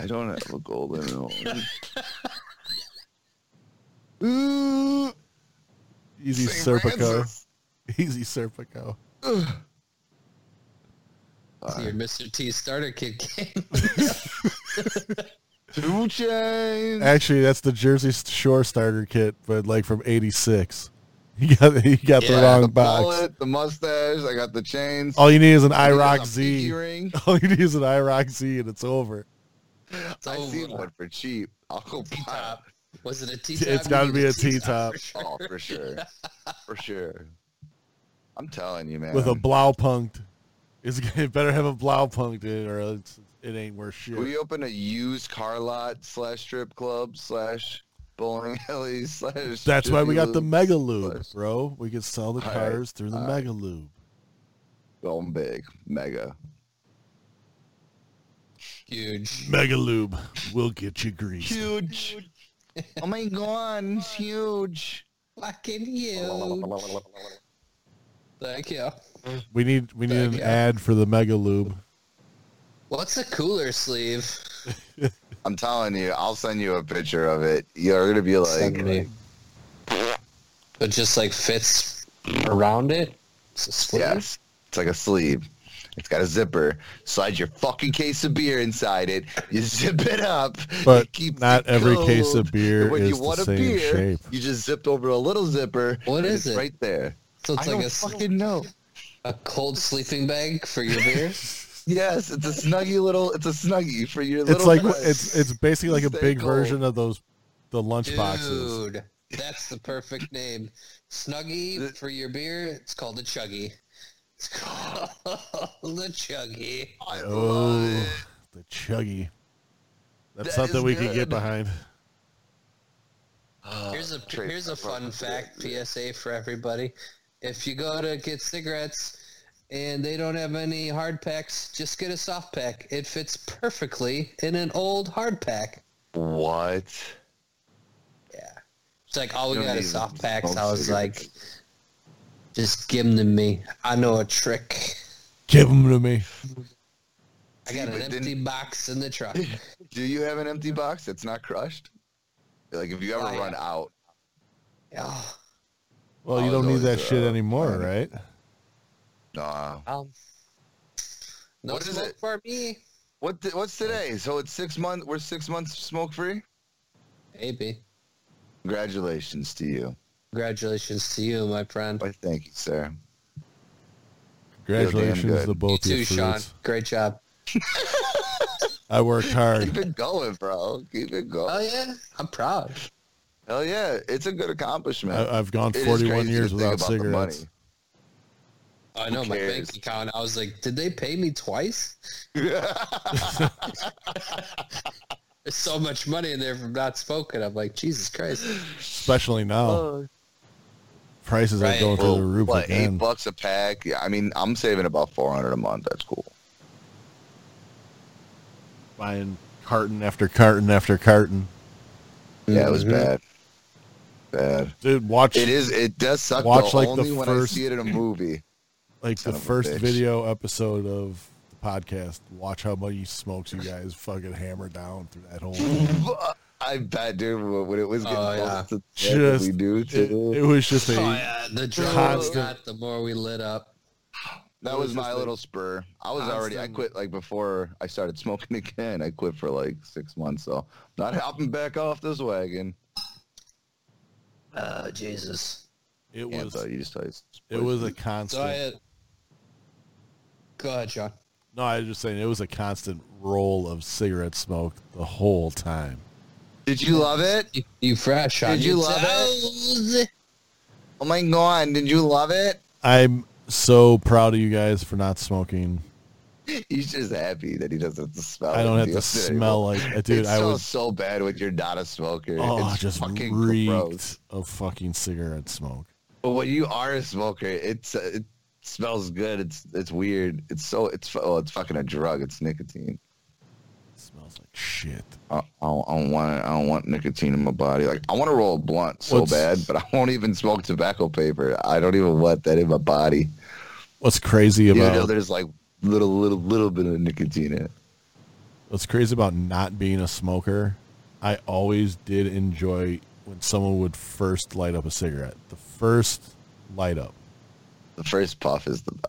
I don't have a golden horn.
Ooh. Easy
St.
Serpico.
Francis.
(laughs) Easy Serpico.
So your Mr. T starter kit (laughs) game.
Two chains.
(laughs) Actually, that's the Jersey Shore starter kit, but like from '86. (laughs) You got you got the
Yeah,
wrong
the
box. Oh,
bullet, the mustache. I got the chains.
All you need is an
I got
IROC
a
Z.
pinky ring.
(laughs) All you need is an IROC Z, and it's over.
I see
over.
one for cheap. I'll go buy
T-top. Was it a T top?
It's got
(laughs)
to be a T top
it. (laughs) Oh, for sure. For sure. I'm telling you, man.
with a blau punked. It's, (laughs) it better have a blau punked in, it, or it's, it ain't worth shit.
we open a used car lot slash strip club slash bowling (laughs) alley slash.
That's why we
Jiffy
got the
Lube
mega lube,
slash-
bro. We could sell the
All right,
cars through the
all right.
mega lube.
Going big, mega.
Huge.
Mega lube will get you greased.
Huge. oh my god, it's huge.
Fucking huge. Thank you.
We need we need
Thank
an
you.
ad for the mega lube.
What's a cooler sleeve?
I'm telling you, I'll send you a picture of it. You're gonna be like,
But just like fits around it. It's a sleeve.
Yes. It's like a sleeve. It's got a zipper. Slide your fucking case of beer inside it. You (laughs) zip it up.
But
it keeps
not
it
every case
cold.
of beer
And when
is
you
the
want a
same
beer,
shape.
you just zipped over a little zipper.
What
and
is
it's
it?
right there.
So it's
I
like
don't
a, s-
fucking know.
a cold sleeping bag for your
(laughs)
beer.
Yes, it's a snuggy little. It's a snuggie for your little.
It's like
friend.
it's it's basically like a
Stay
big
cold.
version of those the lunch
Dude,
boxes.
that's the perfect name. Snuggie for your beer. It's called a chuggy. It's (laughs) called a chuggy.
I love
Oh,
it.
the chuggy. That's
That
something
is
we could
good.
get behind.
Here's a
Trey,
here's a
I brought
fun
this
fact PSA for everybody. If you go to get cigarettes and they don't have any hard packs, just get a soft pack. It fits perfectly in an old hard pack.
What?
Yeah. It's like, all we
You don't
got
need
is soft packs.
smoke
I was like,
cigarettes.
just give them to me. I know a trick.
Give them to me.
(laughs)
I got
but
an
didn't-
empty box in
(laughs)
the truck.
Do you have an empty box that's not crushed? Like if you ever
Oh, yeah.
run out,
Oh,
Well,
I
you
was
don't need
always,
that shit
uh,
anymore,
planning.
right?
nah.
um, no
What is
smoke
it?
for me.
What th- what's today? So it's six months. We're six months smoke free.
Maybe.
Congratulations to you.
Congratulations to you, my friend.
Why, thank you, sir. damn
Congratulations
good.
to both
you
you
too, Sean.
fruits.
Great job.
I worked
Keep
hard.
(laughs) it going, bro. Keep it going.
Oh yeah, I'm proud.
Hell yeah, it's a good accomplishment.
I, I've gone
It is
41
crazy to
years
think
without
about the money.
cigarettes.
I know my
cares?
bank account. I was like, did they pay me twice? (laughs)
(laughs) Oh,
There's so much money in there from not smoking. I'm like, Jesus Christ.
Especially now.
Oh.
Prices
Right.
are going through
Well,
the roof
what,
again.
eight bucks a pack? Yeah, I mean, I'm saving about 400 a month. That's cool.
Buying carton after carton after carton.
Yeah, it was
Mhm.
Mm-hmm.
bad. Bad.
Dude, watch
It is. It does suck.
Watch,
though,
like, the
only when
first-
I see it in a movie. (laughs)
like the
Son of a
first
bitch.
video episode of the podcast. Watch how many smokes you guys fucking hammer down through that whole.
I bet, dude. When it was getting
Oh,
close
yeah.
to the end that
Just
we do
it,
too.
it was just a.
Oh, yeah. The drunk we
Constant.
got, the more we lit up.
That
It was
was my
just a
little spur. I was already. I
constant-
quit like before I started smoking (laughs) again. I quit for like six months, so not hopping back off this wagon.
Oh, Jesus.
It
Can't
was.
tell you just tell you-
It was a
So
constant.
I had... Go ahead, Sean.
no, I was just saying it was a constant roll of cigarette smoke the whole time.
Did you love it?
You, you fresh, Sean.
Did you love
it?
Oh my god! Did you love it?
I'm so proud of you guys for not smoking.
He's just happy that he doesn't have to smell.
I don't
it.
have
He
to
doesn't
smell like
(laughs)
a dude.
It
I
smells
was
so bad when you're not a smoker.
oh,
it's
just
fucking
reeked
gross.
of fucking cigarette smoke.
But when you are a smoker, it's uh, it smells good. It's it's weird. It's so it's fu- oh, it's fucking a drug. It's nicotine.
It smells like shit.
I, I don't, I don't want it. I don't want nicotine in my body. Like I want to roll a blunt so
What's-
bad, but I won't even smoke tobacco paper. I don't even want that in my body.
What's crazy
You
about
know, there's like little little little bit of nicotine in it.
what's crazy about not being a smoker, I always did enjoy when someone would first light up a cigarette. The first light up.
The first puff is the best. (laughs)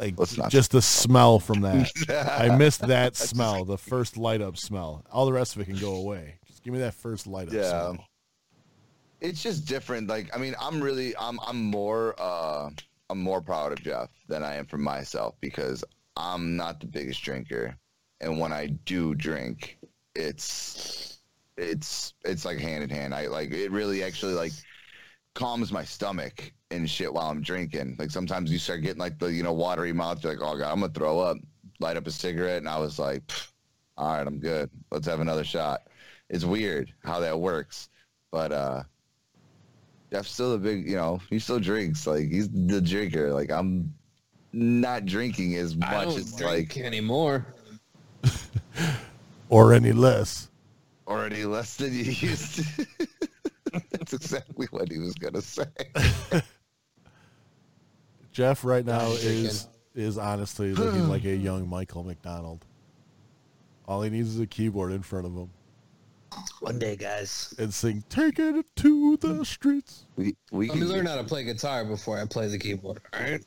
Like
Let's not-
just the smell from
(laughs)
that. I missed that smell, the first light up smell. All the rest of it can go away. Just give me that first light up
Yeah.
smell.
it's just different. Like, I mean, I'm really, I'm, I'm more, uh, I'm more proud of Jeff than I am for myself because I'm not the biggest drinker, and when I do drink, it's, it's, it's like hand in hand. I like it really actually like calms my stomach and shit while I'm drinking. Like sometimes you start getting like the you know watery mouth. You're like, oh god, I'm gonna throw up. Light up a cigarette, and I was like, "Pff, all right, I'm good. Let's have another shot. It's weird how that works, but uh. Jeff's still a big, you know, he still drinks. Like he's the drinker. Like I'm not drinking as
I
much
don't
as
drink
like
anymore.
Or any less.
already less than you used to. (laughs) That's exactly what he was gonna say.
Jeff right now
Nice chicken.
is is honestly looking
(sighs)
like a young Michael McDonald. All he needs is a keyboard in front of him
One day, guys.
and sing "Take It to the Streets."
We we
Let me
can
(laughs)
learn how to play guitar before I play the keyboard. All right.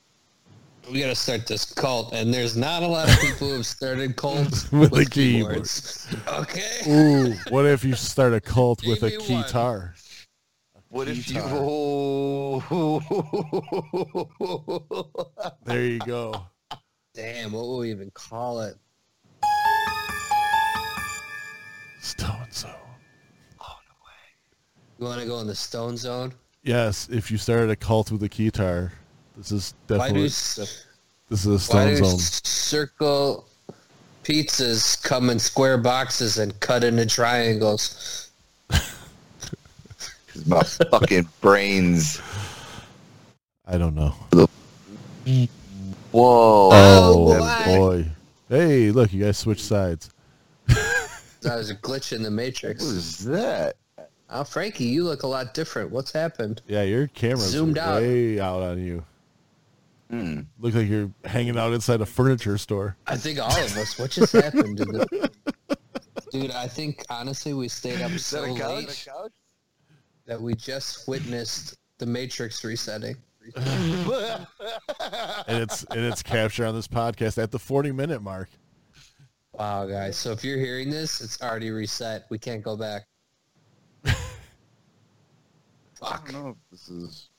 We gotta start this cult, and there's not a lot of people who have started cults
(laughs) With
with,
a keyboard.
keyboards. Okay.
Ooh, what if you start a cult with a
Give me one.
guitar?
What if you?
Guitar. There you go.
Damn, what will we even call it?
Stone Zone.
You want to go in the stone zone?
Yes, if you started a cult with a guitar, this is
Why
definitely
do
this is a
why
Stone
do
Zone.
circle pizzas come in square boxes and cut into triangles?
(laughs) my fucking brains.
I don't know.
Whoa.
Uh,
Oh,
That-
boy.
Boy, hey, look, you guys switched sides.
That was a glitch in the matrix.
What is that?
Oh, Frankie, you look a lot different. What's happened?
Yeah, your camera's
Zoomed out. Hmm.
way out on you. Look like you're hanging out inside a furniture store.
I think all of us. What just happened? to the- (laughs) Dude, I think honestly we
(laughs)
stayed up so late that we just witnessed the Matrix resetting.
And it's and it's captured on this podcast at the 40 minute mark.
Wow, guys. So if you're hearing this, it's already reset. We can't
(laughs)
go back.
I don't know if this is.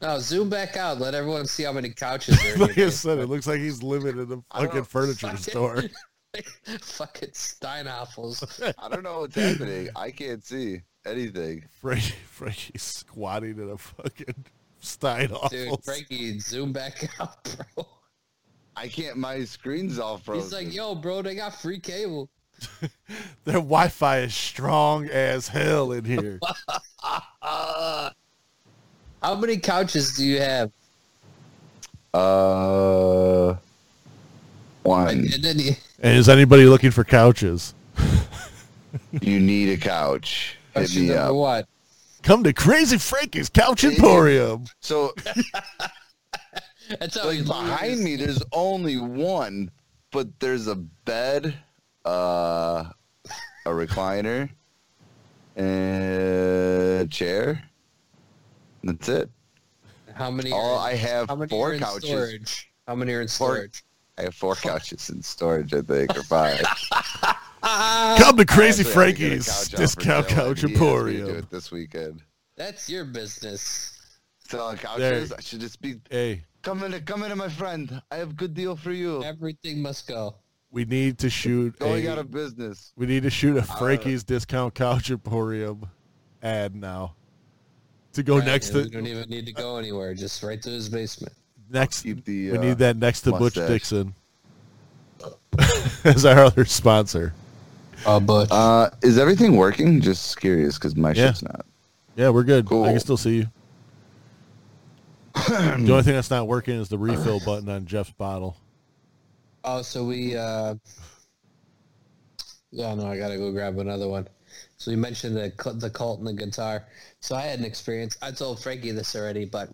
No, zoom back out. Let everyone see how many couches there are. in
Like I
your
said, it looks like he's living in a fucking furniture
fucking-
store.
basement. (laughs) Fucking
(laughs)
Steinapples.
I don't know what's happening. I can't see anything.
(laughs) Frankie, Frankie's squatting in a fucking Stein
Dude,
offals.
Frankie, zoom back (laughs) out, bro.
I can't. My screen's all frozen.
He's like, yo, bro, they got free cable.
Their Wi-Fi is strong as hell
(laughs)
in here.
How many couches do you have?
Uh,
(laughs)
one.
And then he,
and is anybody looking for couches?
you need a couch. Hit
question
me
number
up.
what?
Come to Crazy Frankie's
(laughs)
Couch Emporium.
So,
That's how
like
he
behind
loses.
me, there's only one, but there's a bed, uh, a recliner, and a chair. That's it.
How many?
All
are,
Oh, I have
how many are
four
in
couches.
Storage? How many are in
Four-
storage?
I have four couches in storage, I think, or five.
Come to
Actually, I think
Crazy
I got a
Frankie's
couch out
Discount
for sale.
Couch
I need it. I'm gonna do
Emporium.
it This weekend.
That's your business.
Selling couches.
There.
I should just be
Hey,
come in, come in, my friend. I have good deal for you.
Everything must go.
we need to shoot
Going
a-
out of Uh, business.
we need to shoot a Frankie's Discount Couch Emporium ad now. To go
Right,
next
and
to
we don't even need to go anywhere. Just right to his basement.
next
Keep the,
we
uh,
need that next to Butch
mustache.
Dixon. (laughs) As our other sponsor.
Oh, but
Uh, is everything working? Just curious because my
Yeah.
shit's not.
Yeah, we're good.
Cool.
I can still see you. the only thing that's not working is the refill button on Jeff's bottle.
oh, so we. Uh, yeah, no, I gotta go grab another one. So you mentioned the cl- the cult and the guitar. So I had an experience. I told Frankie this already, but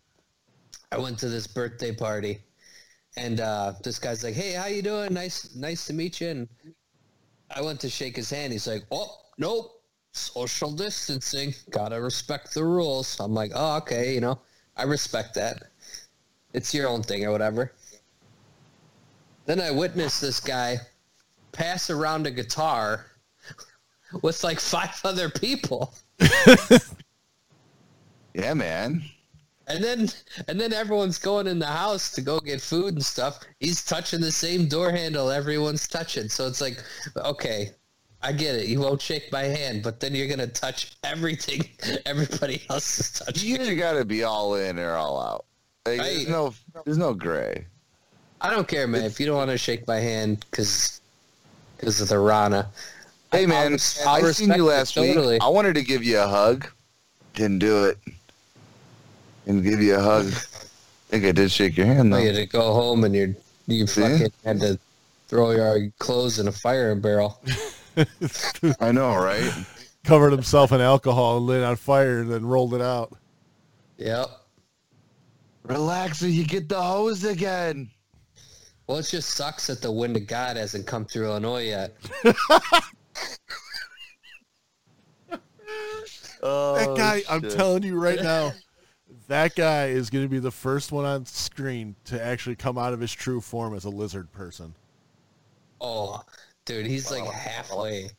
I went to this birthday party, and uh, this guy's like, "Hey, how you doing? Nice, nice to meet you." And I went to shake his hand. He's like, "Oh, nope, social distancing. Gotta respect the rules." I'm like, "Oh, okay, you know, I respect that. It's your own thing or whatever." Then I witnessed this guy pass around a guitar (laughs) with like five (laughs) other people.
Yeah, man.
And then and then everyone's going in the house to go get food and stuff. He's touching the same door handle everyone's touching. So it's like, okay, I get it. You won't shake my hand, but then you're gonna touch everything (laughs) everybody else is touching.
You either gotta be all in or all out. Like, there's
Right.
no, there's no gray.
I don't care, man. If you don't want to shake my hand because because of the Rana,
Hey,
I'll
man.
res- I'll
I seen
respect
you
it,
last
totally.
week. I wanted to give you a hug. Didn't do it. Didn't give you a hug. I think I did shake your hand
I
though.
want you to go home and you're you
See?
fucking had to throw your clothes in a firing barrel. (laughs)
I know, right?
Covered himself in alcohol and lit on fire and then rolled it out.
Yep.
Relax, or you get the hose again.
Well, it just sucks that the wind of God hasn't come through Illinois yet.
Oh,
That guy, I'm
shit.
telling you right now, that guy is going to be the first one on screen to actually come out of his true form as a lizard person.
Oh, dude, he's like halfway.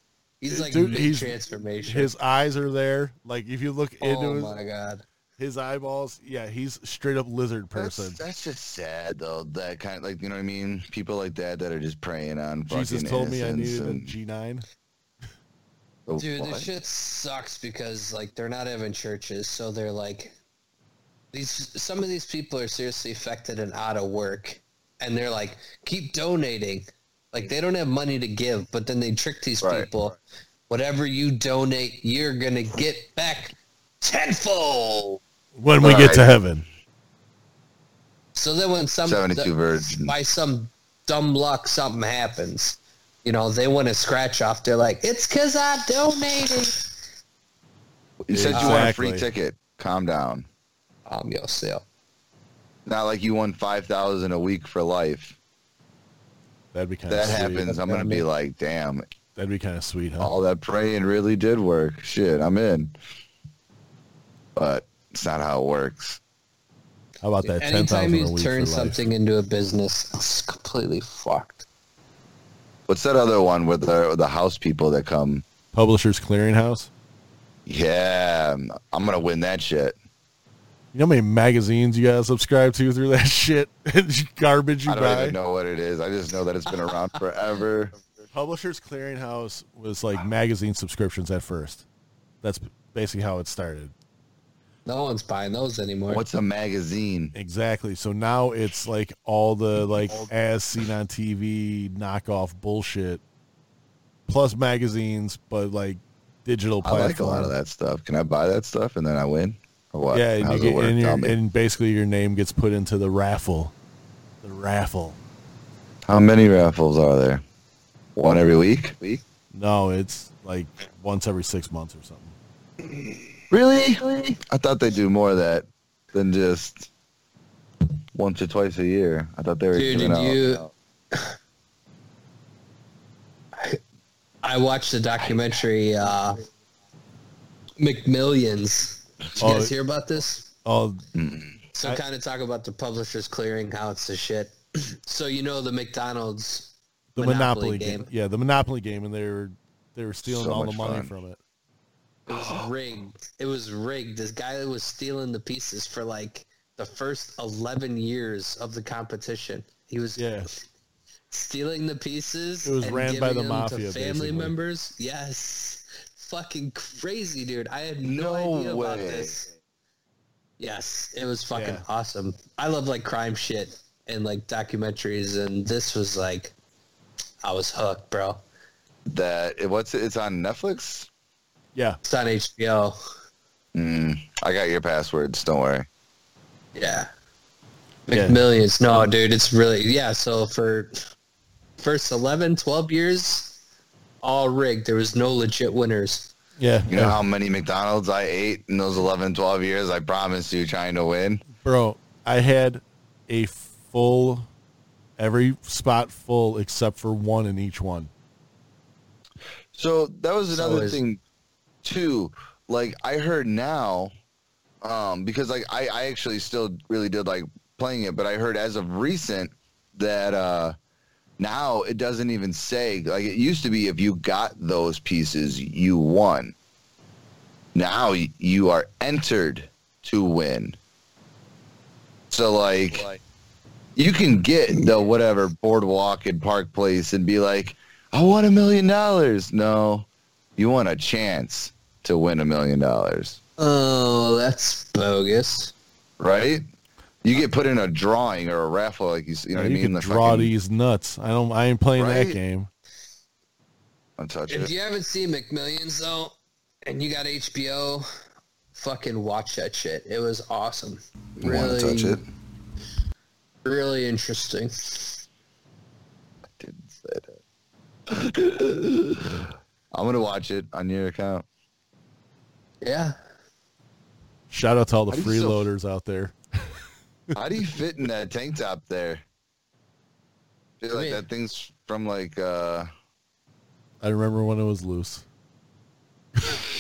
He's like
Dude,
mid
he's-
transformation.
His eyes are there. Like if you look into
oh
his,
my god.
his eyeballs, yeah, he's straight up lizard
That's,
person.
that's just sad though. That kind, like you know what I mean. People like that that are just preying on fucking
Jesus told me I
innocence
needed a
and-
G9.
Oh,
Dude,
what?
this shit sucks because like they're not having churches, so they're like these some of these people are seriously affected and out of work and they're like keep donating. Like they don't have money to give, but then they trick these
Right.
people. Whatever you donate, you're going to get back tenfold.
When we
All
get to
right.
heaven.
So then when some
72
the-
virgin.
by some dumb luck something happens, you know, they want to scratch off. They're like, it's because I donated.
You said you won a
Exactly.
free ticket. Calm down.
Um, yo, sale.
Not like you won five thousand a week for life.
That'd be kind of
that
sweet.
happens. I'm gonna be like, damn,
That'd be kind of sweet, huh?
all that praying really did work. Shit, I'm in. But it's not how it works.
How about that ten
Anytime
thousand a
you
week
turn
for life?
something into a business, it's completely fucked.
What's that other one with the the house people that come?
Publishers Clearinghouse.
Yeah, I'm gonna win that shit.
You know how many magazines you gotta subscribe to through that (laughs) shit? Garbage you
I don't
buy.
even know what it is. I just know that it's been
(laughs)
around forever.
Publishers Clearinghouse was like magazine subscriptions at first. That's basically how it started.
No one's buying those anymore.
What's a magazine?
Exactly. So now it's like all the like as seen on TV knockoff bullshit, plus magazines, but like digital
I
platform.
like a lot of that stuff. Can I buy that stuff and then I win? Or what?
Yeah, and,
How's
you
it
get,
work?
and, your,
Tell me.
and basically your name gets put into the raffle. The raffle.
How many raffles are there? One every week? Week?
No, it's like once every six months or something.
Really? I thought they do more of that than just once or twice a year. I thought they were
Dude,
doing
did
out-
you- I watched the documentary uh, McMillions. Did you
Oh,
guys hear about this?
Oh,
So
I-
kind of talk about the publishers clearinghouse and shit. (clears throat) so you know the McDonald's
the
Monopoly
Monopoly, game.
game.
Yeah, the Monopoly game, and they were they were stealing
So
all the
much
money
fun.
from it.
it
(gasps)
was rigged. It was rigged. This guy was stealing the pieces for like the first eleven years of the competition. He was
Yeah,
stealing the pieces.
It was
and
ran by
giving them
the mafia,
To family
basically.
members, yes, fucking crazy, dude. I had no,
No
idea about
way.
this. Yes, it was fucking
Yeah.
awesome. I love like crime shit and like documentaries, and this was like, I was hooked, bro.
that it- what's it, it's on Netflix?
yeah.
It's on HBO.
Mm, I got your passwords, don't worry.
Yeah.
Yeah.
McMillions. No, dude, it's really yeah, so for first 11, 12 years all rigged. There was no legit winners.
Yeah.
You know how many McDonald's I ate in those 11, 12 years? I promise you, trying to win.
Bro, I had a full, every spot full except for one in each one.
So that was
So
another
is-
thing, too. Like I heard now, um, because like I, I actually still really did like playing it, but I heard as of recent that uh, now it doesn't even say like it used to be. If you got those pieces, you won. Now y- you are entered to win. So like you can get the whatever boardwalk and park place and be like, I want a million dollars. No, you want a chance to win a million dollars,
Oh, that's bogus.
right? You get put in a drawing or a raffle, like you, s- you know what I
you
mean?
can
The
draw
fucking-
these nuts. I don't. I ain't playing
Right?
that game.
Don't touch
If
it.
you haven't seen McMillions though, and you got HBO, fucking watch that shit. It was awesome.
You want to touch it?
really interesting.
Didn't say that. I'm gonna watch it on your account.
Yeah.
Shout out to all the
How do you so-
freeloaders out there.
How do you fit in that tank top there? Feel
What do
like
you mean?
that thing's from like uh
I remember when it was loose.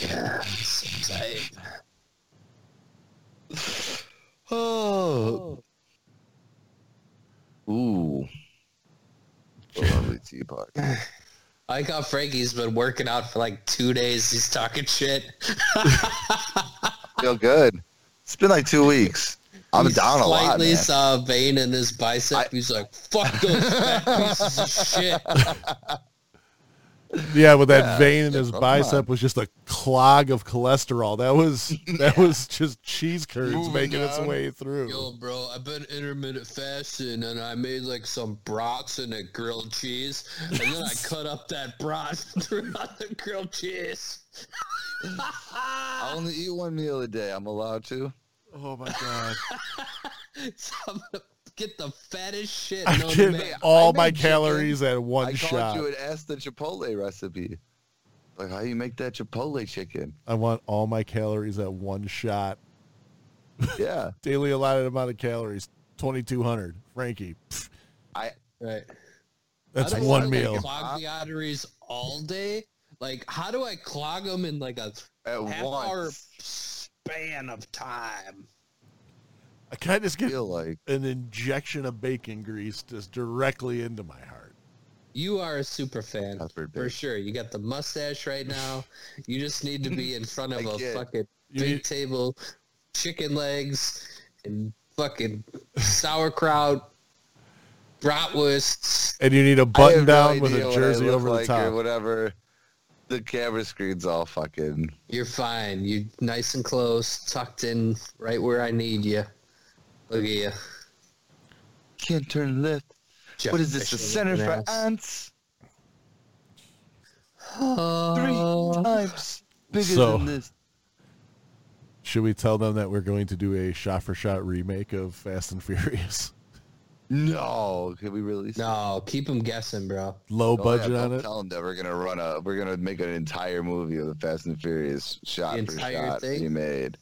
Yeah. So tight.
Oh. Ooh. The lovely teapot.
I like how Frankie's been working out for like two days. He's talking shit.
Feel good. It's been like two weeks. I'm
He
down a lot,
Slightly
man.
saw a vein in his bicep.
I-
He's like, "Fuck those fat pieces of shit."
Yeah, but that vein in his
bro, come
bicep
on.
was just a clog of cholesterol.
(laughs)
That was that was just cheese curds
Moving
making its
down.
way through.
Yo, bro, I've been intermittent fasting, and I made like some brats and a grilled cheese, and
(laughs)
then I cut up that broth throughout the grilled cheese.
I only eat one meal a day. I'm allowed to.
Oh my god!
So I'm gonna get the fattest shit
(laughs) I
known to
get
man.
all
made
my
chicken.
calories at one
I called
shot.
you and asked the Chipotle recipe. Like, how do you make that Chipotle chicken?
I want all my calories at one shot.
Yeah.
Daily allotted amount of calories, 2,200. Frankie, pff,
I
Right.
that's
How do I,
one
like,
meal.
Clog the arteries all day. Like, how do I clog them in like a
at
half hour
once
span of time?
I kind of just get
feel like
an injection of bacon grease just directly into my heart.
You are a super fan
That's pretty
for
big.
sure. You got the
(laughs)
mustache right now. You just need to be in front of
I
a
get-
fucking
You
big
need-
table, chicken legs, and fucking sauerkraut, bratwursts.
And you need a
I
(laughs) button
have no
down with
idea
a
what I
jersey
look
over the
like or
top.
whatever. The camera screen's all fucking.
You're fine. You're nice and close, tucked in, right where I need you. Look at you.
Can't turn left.
Jeff
what is this? The
Fisher
center
looking
for
ass.
ants? Three
Oh.
times bigger
So-
than this.
Should we tell them that we're going to do a shot for shot remake of Fast and (laughs) Furious?
No, can we release? it?
No, keep them guessing, bro.
Low
Oh, yeah,
budget
don't
on it?
Tell them that we're gonna run a. We're gonna make an entire movie of the Fast and Furious shot
The
for
entire
shot
thing?
we made.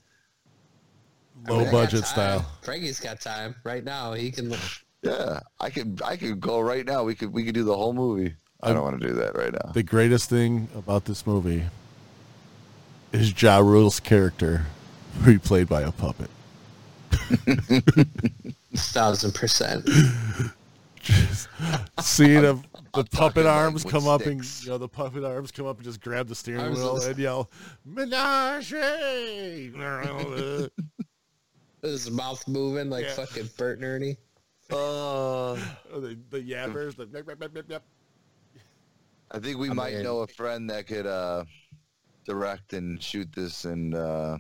Low
I got
budget
time.
style.
Frankie's got time right now. He can.
Yeah, I could. I could go right now. We could. We could do the whole movie. I don't want to do that right now.
The greatest thing about this movie is Ja Rule's character, replayed by a puppet.
thousand percent.
Seeing a, the
I'm
puppet
talking, like,
arms
with
come up and
sticks.
you know the puppet arms come up and just grab the steering
Arms
wheel
of the-
and yell Menage. a."
His mouth moving like
Yeah.
fucking Bert and Ernie.
Uh,
the, the yappers, the yap, yap, yap, yap, yap.
I think we
I
might
mean-
know a friend that could uh, direct and shoot this and uh,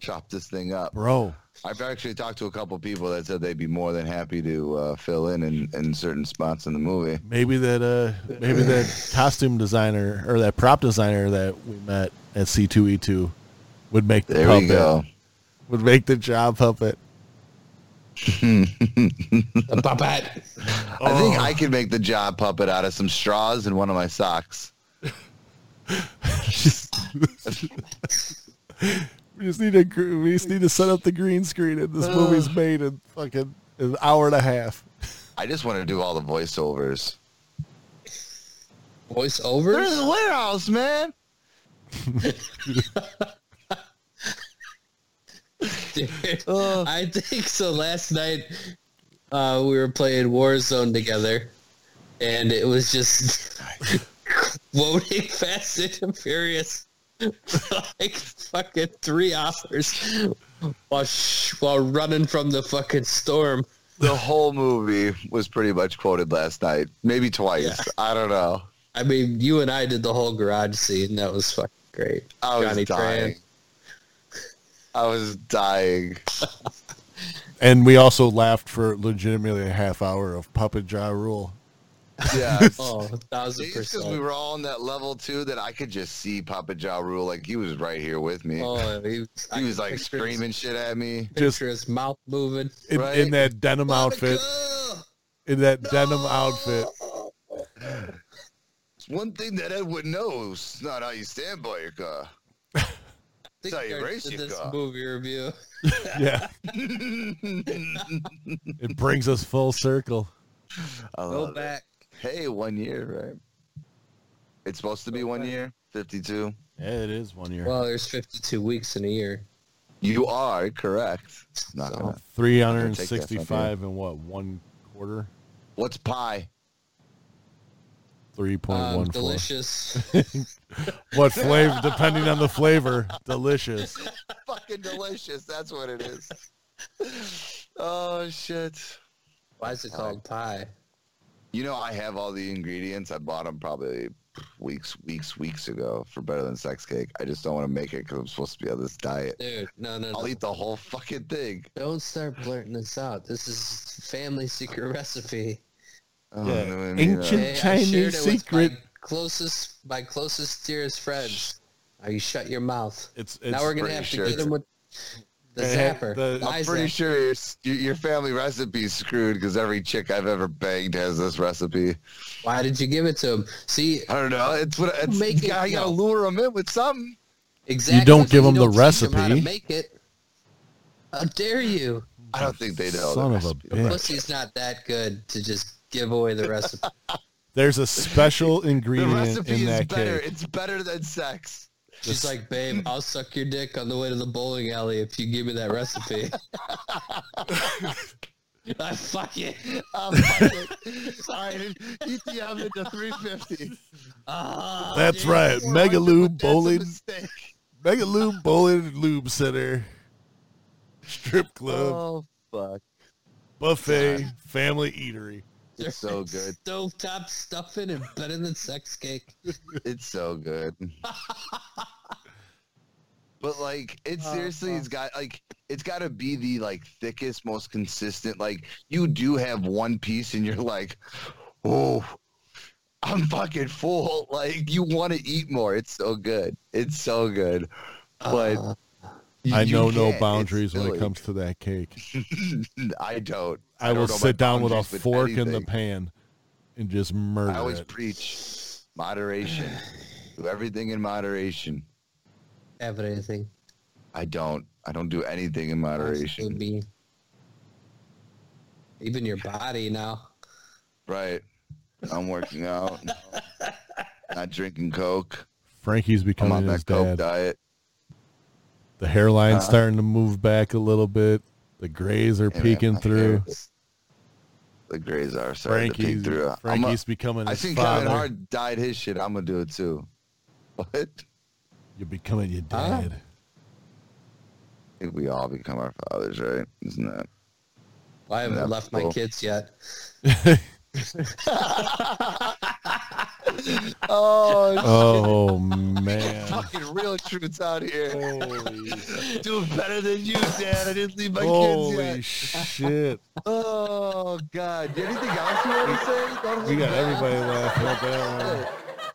chop this thing up.
Bro,
I've actually talked to a couple people that said they'd be more than happy to uh, fill in, in in certain spots in the movie.
maybe that uh maybe that costume designer or that prop designer that we met at C2E2 would make the
There
puppet.
we go.
Would make the job puppet.
The puppet.
I think
Oh.
I could make the job puppet out of some straws and one of my (laughs) socks.
We just need to gr- we just need to set up the green screen, and this
Uh.
movie's made in fucking an hour and a half.
I just want to do all the voiceovers.
Voice
They're in
over.
the warehouse, man. Oh.
(laughs) I think so. Last night, uh, we were playing Warzone together, and it was just (laughs) quoting Fast and Furious (laughs) for like fucking three hours while sh- while running from the fucking storm.
The whole movie was pretty much quoted last night, maybe twice.
Yeah.
I don't know.
I mean, you and I did the whole garage scene. That was fucking great.
I was dying.
Tran.
I was dying.
And we also laughed for legitimately a half hour of Puppet Ja Rule.
(laughs) Yeah.
Oh, a thousand
because we
percent.
were all on that level too that I could just see Papa Ja Rule like he was right here with me.
Oh, he was, I
he
can
was like
picture his-
screaming shit at me.
picture his mouth moving.
In,
Right.
in that denim outfit,
Monica!
in that denim outfit,
It's one thing that Edward knows. It's not how you stand by your
(laughs)
car.
I think
Tell you,
I
race
did
you
this
got.
movie review.
yeah, it brings us full circle.
I
Go
love it.
back.
Hey, one year, right? It's supposed to be one year. Fifty-two.
Yeah, it is one year.
Well, there's 52 weeks in a year.
You are correct. Not gonna.
Three hundred and sixty-five and what one quarter?
What's pie?
Three point
Um,
one four. (laughs)
delicious.
What flavor? Depending on the flavor, delicious.
Fucking delicious. That's what it is. (laughs) oh shit.
Why is it called pie?
You know, I have all the ingredients. I bought them probably weeks, weeks, weeks ago for better than sex cake. I just don't want to make it because I'm supposed to be on this diet.
Dude, no, no, no.
I'll eat the whole fucking thing.
Don't start blurting this out. This is family secret recipe.
Oh,
Yeah.
no, I mean, uh,
Ancient
I
Chinese
shared it
secret.
With my closest, my closest, dearest friends. Now you shut your mouth.
It's, it's
now we're gonna
pretty
have to
sure
get
it's- Eh,
him with. The
Hey, hey,
zapper.
the-
I'm pretty
Isaac.
sure your, your family recipe's screwed because every chick I've ever banged has this recipe.
Why did you give it to him? See,
I don't know. It's what it's,
Make
you
it-
gotta, you gotta
no.
lure them in with something.
exactly.
don't give
you
him the
teach 'em how to
recipe.
make it. How dare you?
I don't think they know.
Son
the
of a
recipe.
bitch.
Pussy's not that good to just give away
(laughs)
the recipe.
There's a special
The
ingredient
recipe
in
is
that
better.
cake.
It's better than sex.
She's like, babe, I'll suck your dick on the way to the bowling alley if you give me
(laughs)
that recipe. I fuck it.
Oh, fuck it. Sorry, ETM into
(laughs)
350.
Ah,
That's
dude.
right. Mega Lube
That's a
Bowling,
mistake.
Mega Lube Bowling Lube Center, strip club,
Oh fuck!
buffet, family eatery.
It's so good.
Stovetop stuffing and better than sex cake.
It's so good. (laughs) but like, it seriously has got like it's got to be the like thickest, most consistent. Like you do have one piece, and you're like, oh, I'm fucking full. (laughs) Like you want to eat more. It's so good. It's so good. But you-
I
you
know no
can't. It's
boundaries when
silly.
it comes to that cake.
(laughs) I don't.
I,
don't
will
know my
sit down with a
boundaries with
fork in the
anything.
pan and just murder
I always
it.
preach moderation. Do everything in moderation.
Have it anything.
I don't. I don't do anything in moderation.
Would be even your body now.
Right. I'm working out. Not drinking Coke.
Frankie's
I'm
becoming
on
his
that Coke
dad.
diet.
The hairline's
uh, Uh-huh.
starting to move back a little bit. The grays are
Hey, man,
peeking
my
through.
hair's- The grays are starting to peek
Frankie's,
through. I'm a,
Frankie's becoming
I
his
think
father.
Kevin Hart dyed his shit. I'm gonna do it too. What? I
You're becoming your
Huh?
(laughs)
dad.
think we all become our fathers, right? Isn't that?
I haven't
Yeah,
left my
cool.
kids yet.
Oh,
(laughs) Oh man.
fucking real truths out (laughs) here. Doing better than you, Dad. I didn't leave my kids
Holy
yet.
shit.
Oh God! Anything else you want to say? Don't
We
hold
got
back.
everybody laughing at that one.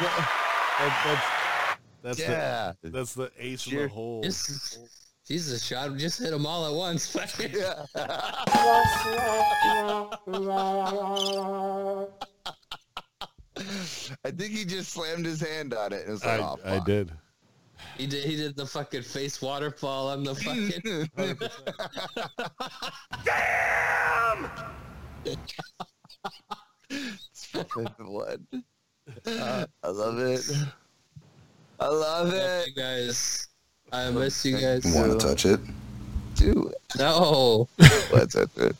That- that's, that's,
yeah.
the, that's the ace in
Cheer.
the hole.
Just, Jesus, Sean, just hit them all at once. (laughs)
yeah. I think he just slammed his hand on it. and It was like,
I,
oh,
I
fuck.
did.
He did. He did the fucking face waterfall on the
(laughs)
fucking.
It's fucking blood. I love it. I love it.
you guys, I miss you guys.
Want to touch it?
Do it.
No,
Let's do it.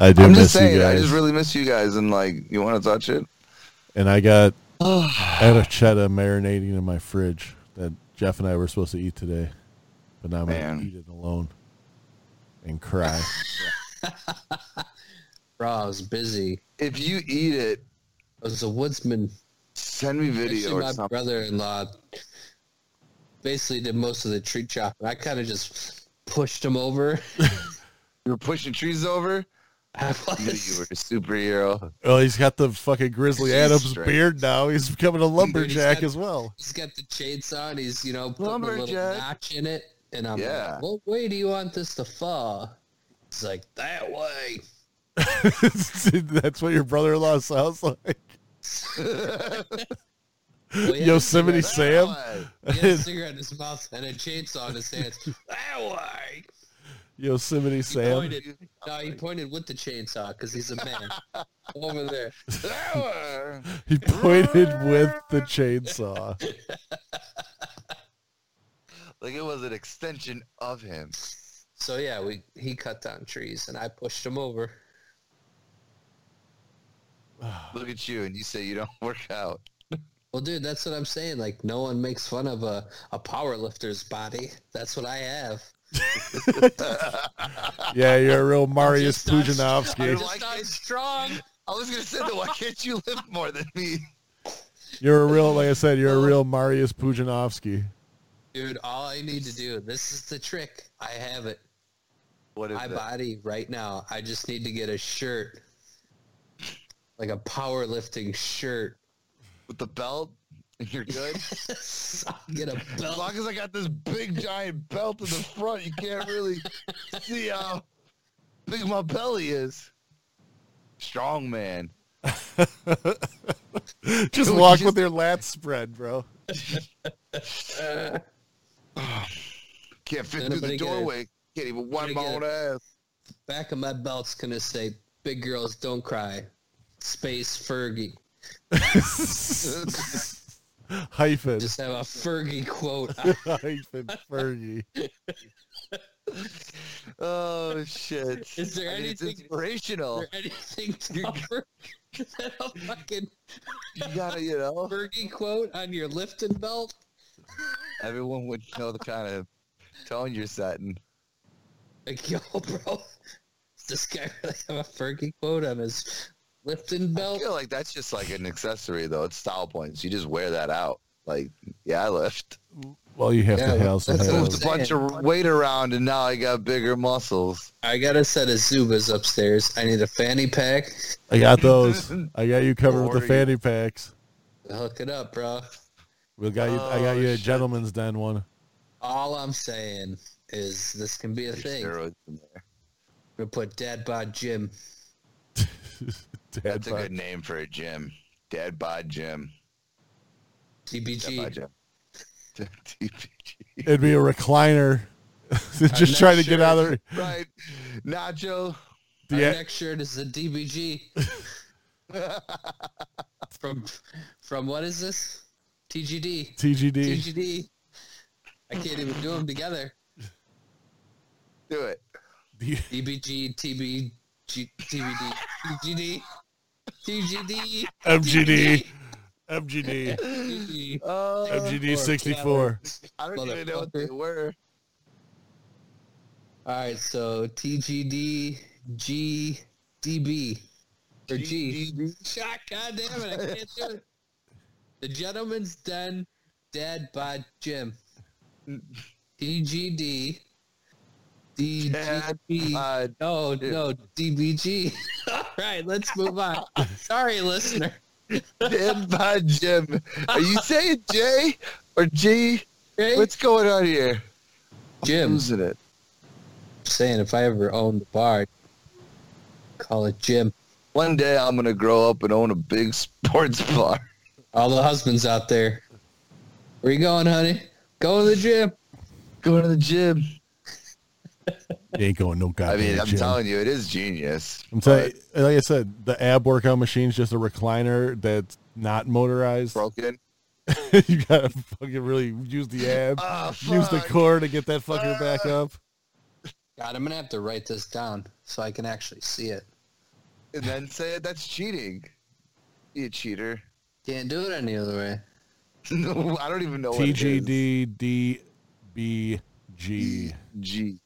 I do
I'm
miss
just saying,
you
I
guys.
just really miss you guys. And like, you want to touch it?
and
(sighs)
I got Adochetta marinating in my fridge that Jeff and I were supposed to eat today, but now I'm gonna
Man.
eat it alone and cry.
bro, I was busy.
If you eat it,
I was a woodsman.
send me video
Actually,
or
my
something.
brother-in-law basically did most of the tree chopping. I kind of just pushed him over. (laughs)
You were pushing trees over.
I
You knew you were
was.
a superhero.
well, he's got the fucking Grizzly
He's
Adams
straight.
beard now. He's becoming a lumberjack
got-
as well.
He's got the chainsaw. And he's you know putting a little
Lumberjack.
notch in it, and I'm
Yeah.
like, what way do you want this to fall? He's like that way.
(laughs) That's what your brother-in-law sounds like.
Well, he had a
Yosemite
cigarette-
Sam.
He had a cigarette in his mouth and a chainsaw in his hands. that way.
Yosemite
He
Sam.
pointed. No, he pointed with the chainsaw because he's a man. Over there.
That way.
He pointed with the chainsaw.
like it was an extension of him.
So yeah, we he cut down trees and I pushed him over.
Look at you, and you say you don't (laughs) work out.
Well, dude, that's what I'm saying. Like, no one makes fun of a a power lifter's body. That's what I have.
Yeah, you're
(laughs)
a real Marius
Just not- I'm
Pujanovsky.
Why
just not
can't-
strong.
I was gonna say, though, why can't you lift more than me?
You're a real,
(laughs)
like I said, you're a real Marius Pujanovsky.
Dude, all I need to do. This is the trick. I have it.
What is
my
that?
body right now. I just need to get a shirt, like a powerlifting shirt. (laughs)
With the belt? (laughs) You're good.
I'll get a
As
(laughs) belt.
long as I got this big giant belt in the front, you can't
(laughs)
really see how big my belly is. Strong man.
Just
Dude,
walk
just-
with your lats spread, bro. (laughs)
Can't fit
Ain't
through the
nobody get it.
doorway. Can't even wipe my
Nobody
own
get
ass.
Back of my belt's gonna say, "Big girls don't cry." Space Fergie.
Hyphen. (laughs)
Just have a Fergie quote.
Hyphen Fergie.
Oh shit!
(laughs) Is there
I mean, it's
anything-
inspirational?
or anything (laughs) tougher than a fucking
You gotta, you know,
Fergie quote on your lifting belt?
everyone would know the kind of tone you're setting.
Like, yo, bro, (laughs) does this guy really have a Fergie quote on his lifting
I
belt?
feel like that's just like an accessory, though. It's style points. You just wear that out. Like, yeah, I left.
Well, you have
Yeah,
to have some
that's
have.
what-
Moved a bunch of weight around, and now I got bigger muscles.
I got a set of Zubas upstairs. I need a fanny pack.
I got those. I got you covered with
Or
the
you-
fanny packs.
Hook it up, bro.
We got you. I got
Oh,
you a
shit.
gentleman's den one. (laughs)
All I'm saying is this can be a thing.
Steroids in there.
We put Dad bod Jim.
Dad
That's a
bod.
good name for a gym. Dead bod gym. Dead bod
DBG.
gym. (laughs) TPG.
It'd be a recliner. (laughs)
not
Just trying to get
sure.
out of e, there.
Right, Nacho.
Our
Yeah.
next shirt is the DBG. (laughs) from from what is this? TGD.
TGD.
TGD. I can't even do them together.
Do it.
DBG, TBG, TBD, TGD, TGD, (laughs)
MGD. MGD.
TGD.
Oh,
MGD 64.
I don't even know what they
Motherfucker.
were.
All right, so TGD, G, DB, or G. Shot, God damn it, I can't do it. The Gentleman's Den, Dad by Jim. TGD,
Dad
DGB.
bod
No, no, DBG. (laughs) All right, let's move (laughs) on. Sorry, listener.
(laughs) Dead by Jim. Are you saying J or G? What's going on here? I'm
Jim's
losing it.
saying if I ever owned the bar, I'd call it Jim.
One day I'm gonna grow up and own a big (laughs) sports bar.
All the husbands out there, where you going, honey? Go to the gym.
Going to the gym.
You ain't going no
I
goddamn
mean, I'm
gym.
telling you, it is genius.
I'm telling you, like I said, the ab workout machine's just a recliner that's not motorized.
Broken.
(laughs) you gotta fucking really use the ab,
Ah,
use the
fuck. Ah.
core to get that fucker back up.
God, I'm gonna have to write this down so I can actually see it.
And then say it. That's cheating. You cheater. (laughs)
Can't do it any other way. (laughs)
No, I don't even know what it is.
TGDDBG.
G.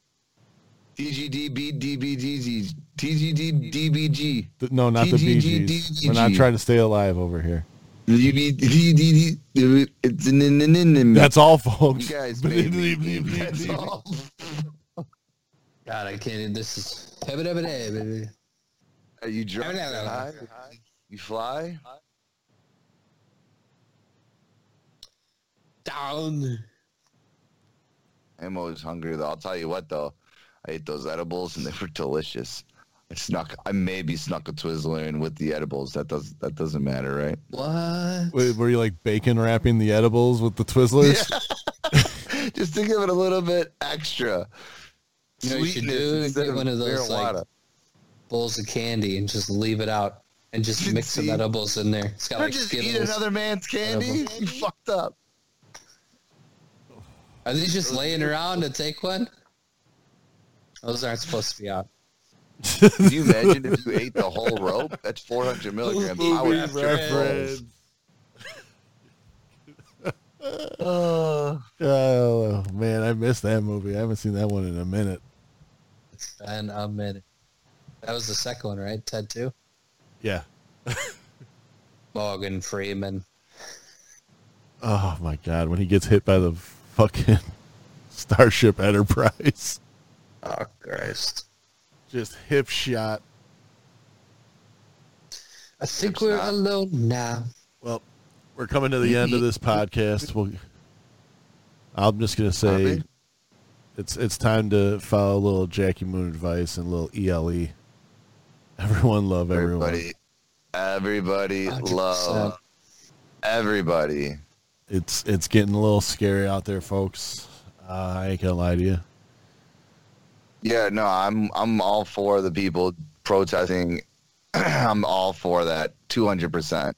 TGDBDBDG. TGDBDBG.
Th- No, not the BGs.
TGDDBG.
We're not trying to stay alive over here.
It's an anonymous.
That's all, folks.
You
(laughs)
guys made me. That's
That's
all.
God, I can't. This is. baby.
Are you drunk?
No, no, no, no.
High? You fly?
Down.
I'm always hungry though. I'll tell you what though, I ate those edibles and they were delicious. I snuck. I maybe snuck a Twizzler in with the edibles. That does. That doesn't matter, right? (laughs)
What?
Wait, were you like bacon wrapping the edibles with the Twizzlers?
Just to give it a little bit extra.
You know what you should
sweetness
do is
instead
get
of
one of those, like,
marijuana.
Bowls of candy and just leave it out and just mix some
See?
edibles in there. It's got
Or
like
just eat
Skittles.
another man's candy.
edible.
You fucked up.
Are these just laying around to take one? Those aren't supposed to be out.
Can you imagine if you ate the whole rope? That's 400 milligrams. I would
Movie
have
reference.
to. (laughs) Uh.
Oh man, I missed that movie. I haven't seen that one in a minute.
It's been a minute. That was the second one, right? Ted 2?
Yeah.
Morgan Freeman.
Oh my god, when he gets hit by the fucking (laughs) Starship Enterprise,
Oh, Christ.
just hip shot.
I think we're
not.
alone now.
Well, We're coming to the end of this podcast. We'll, I'm just gonna say,
Harvey?
it's it's time to follow a little Jackie Moon advice and a little ELE. Everyone love everyone.
Everybody, everybody
100%.
love everybody.
It's it's getting a little scary out there, folks. Uh, I ain't gonna lie to you.
Yeah, no, I'm I'm all for the people protesting. (clears throat) I'm all for that 200%.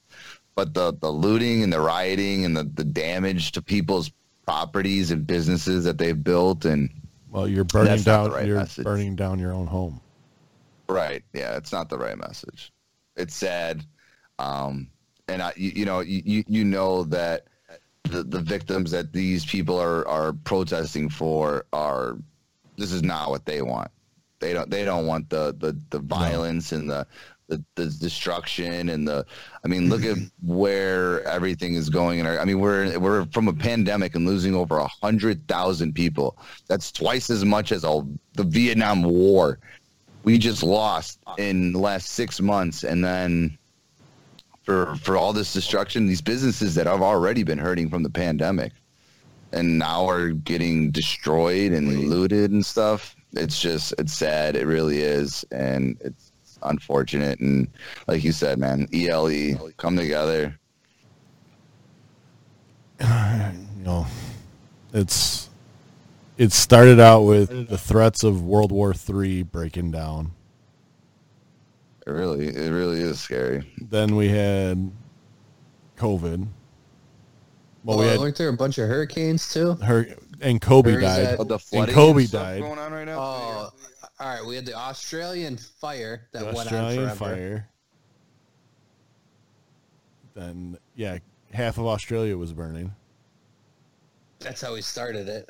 But the the looting and the rioting and the, the damage to people's properties and businesses that they've built and
Well, you're burning
That's not the
down
right
you're
message.
burning down your own home.
Right. Yeah, it's not the right message. It's sad, um, and I, you, you know, you you- you know that the the victims that these people are are protesting for are this is not what they want. They don't they don't want the the the violence and the the, the destruction and the I mean look at where everything is going and I mean we're we're from a pandemic and losing over a hundred thousand people that's twice as much as all the Vietnam War we just lost in the last six months and then for for all this destruction these businesses that have already been hurting from the pandemic and now are getting destroyed and looted and stuff it's just it's sad it really is and it's unfortunate and like you said man ele come together
You know, it's it started out with the threats of World War Three breaking down.
it really it really is scary
Then we had COVID.
Well,
Well, we had
weren't Oh, there a bunch of hurricanes too?
her and Kobe
Where is
died.
that?
But the
And
flooding
Kobe
and stuff
died.
going on right now
Oh, all right. We had the Australian fire that
The
went
Australian
on forever.
fire. Then yeah, half of Australia was burning.
That's how we started (laughs) it.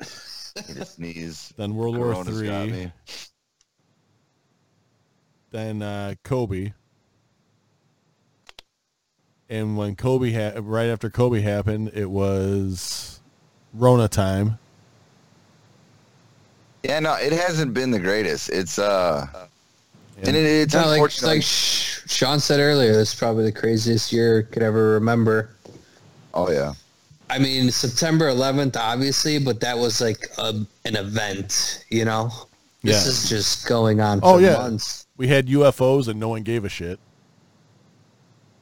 I need to sneeze
Then World War
Corona's
Three.
got me.
then uh, Kobe. And when Kobe ha- right after Kobe happened, it was Rona time.
yeah no it hasn't been the greatest it's uh and it, it's
No, like,
unfortunate
like Sh- Sean said earlier, this is probably the craziest year I could ever remember.
Oh yeah,
I mean, September 11th, obviously, but that was like a, an event, you know? This
Yeah.
is just going on for
Oh, yeah.
months.
We had UFOs and no one gave a shit.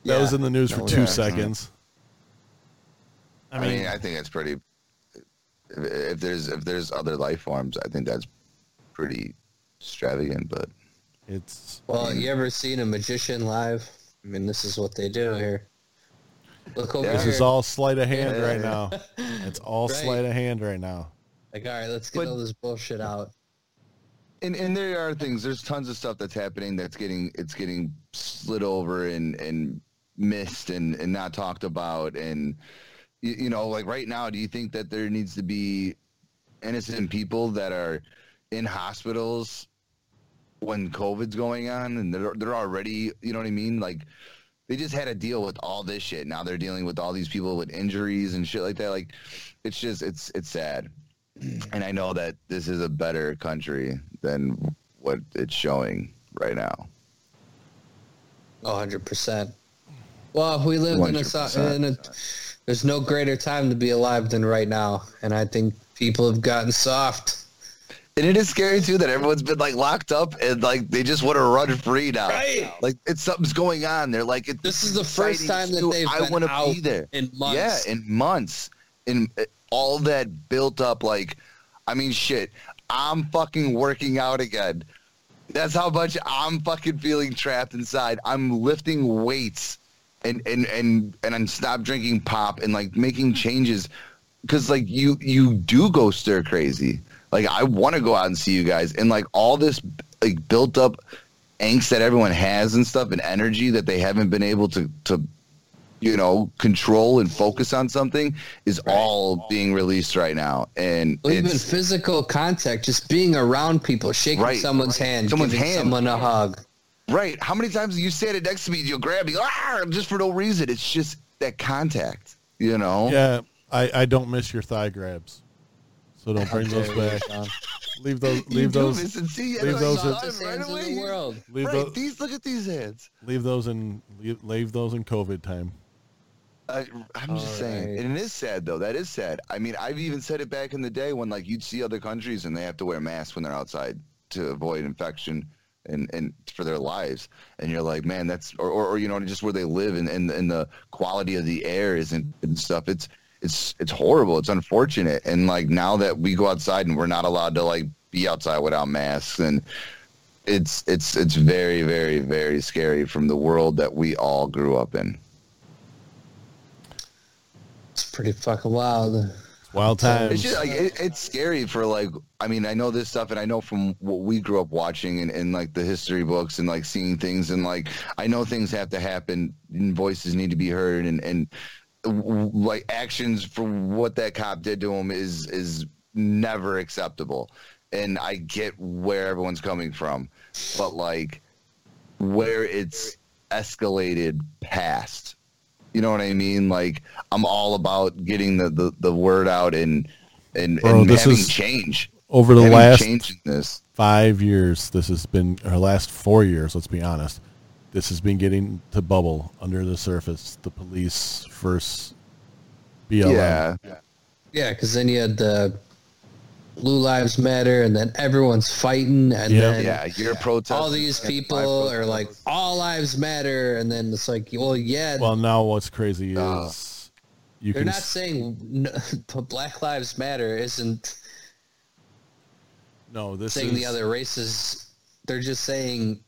That
Yeah.
was in the news for
No,
two
yeah.
seconds.
I mean, I think it's pretty. if- If there's if there's other life forms, I think that's pretty extravagant. But
it's
Well, you ever seen a magician live? I mean, this is what they do here. Look over
Yeah.
this
here.
is all sleight of hand
Yeah.
right now.
(laughs)
It's all
Right.
sleight of hand right now.
like, all right, let's get
But-
all this bullshit out.
and and there are things. There's tons of stuff that's happening that's getting it's getting slid over and and missed and and not talked about. And you, you know, like right now, do you think that there needs to be innocent people that are in hospitals when COVID's going on and they're they're already you know what I mean like they just had to deal with all this shit now they're dealing with all these people with injuries and shit like that like it's just it's it's sad and I know that this is a better country than what it's showing right now
Oh, 100%. Well, we live in a, so-
100%.
in a. There's no greater time to be alive than right now. And I think people have gotten soft.
and it is scary too that everyone's been like locked up and like they just want to run free now
Right.
like it's something's going on they're like it's
This is the first
exciting,
time that
too.
they've
I
been
wanna
out
be there
in months.
Yeah, in months, in uh, all that built up. Like, I mean, shit. I'm fucking working out again. That's how much I'm fucking feeling trapped inside. I'm lifting weights, and and and and I'm stop drinking pop and like making changes, because like you you do go stir crazy. Like I want to go out and see you guys, and like all this like built up angst that everyone has and stuff, and energy that they haven't been able to to you know, control and focus on something is all being released right now. And
Well, even
it's
physical contact, just being around people, shaking
Right,
someone's hand,
Someone's
giving
hand.
someone a hug.
right. How many times you standing next to me, you'll grab me "Ah," just for no reason. It's just that contact, you know?
Yeah, I, I don't miss your thigh grabs. So don't bring those back. Leave those
(laughs) (laughs) You
leave
do
those
this and see,
leave
leave
those
those
in-
right
Softest hands in
away.
the world.
leave
right,
those
these look at these hands.
leave those in leave, leave those in COVID time.
I, I'm just saying,
Alright.
and it is sad though. That is sad. I mean, I've even said it back in the day when like you'd see other countries and they have to wear masks when they're outside to avoid infection and and for their lives. And you're like, man, that's or or, or you know just where they live and, and and the quality of the air isn't and stuff. It's it's it's horrible. It's unfortunate. And like now that we go outside and we're not allowed to like be outside without masks and it's it's it's very very very scary from the world that we all grew up in.
It's pretty fucking wild.
It's wild times.
It's just like it, it's scary for like I mean I know this stuff and I know from what we grew up watching and, and like the history books and like seeing things and like I know things have to happen and voices need to be heard and and w- like actions for what that cop did to him is is never acceptable and I get where everyone's coming from but like where it's escalated past you know what I mean? Like I'm all about getting the, the, the word out and and,
Bro,
and
this
having
is-
change.
Over the
having
last
change in this.
five years, this has been, or last four years, let's be honest, this has been getting to bubble under the surface. The police first BLM.
Yeah.
Yeah, because then you had the Blue Lives Matter, and then everyone's fighting, and
Yeah.
then
Yeah. You're protesting.
all these people are like, "All lives matter," and then it's like, "Well, yeah,
Well, now what's crazy is
Uh,
you
they're
can.
not
s-
saying no, (laughs) Black Lives Matter isn't
no, this
saying
is
the other races. They're just saying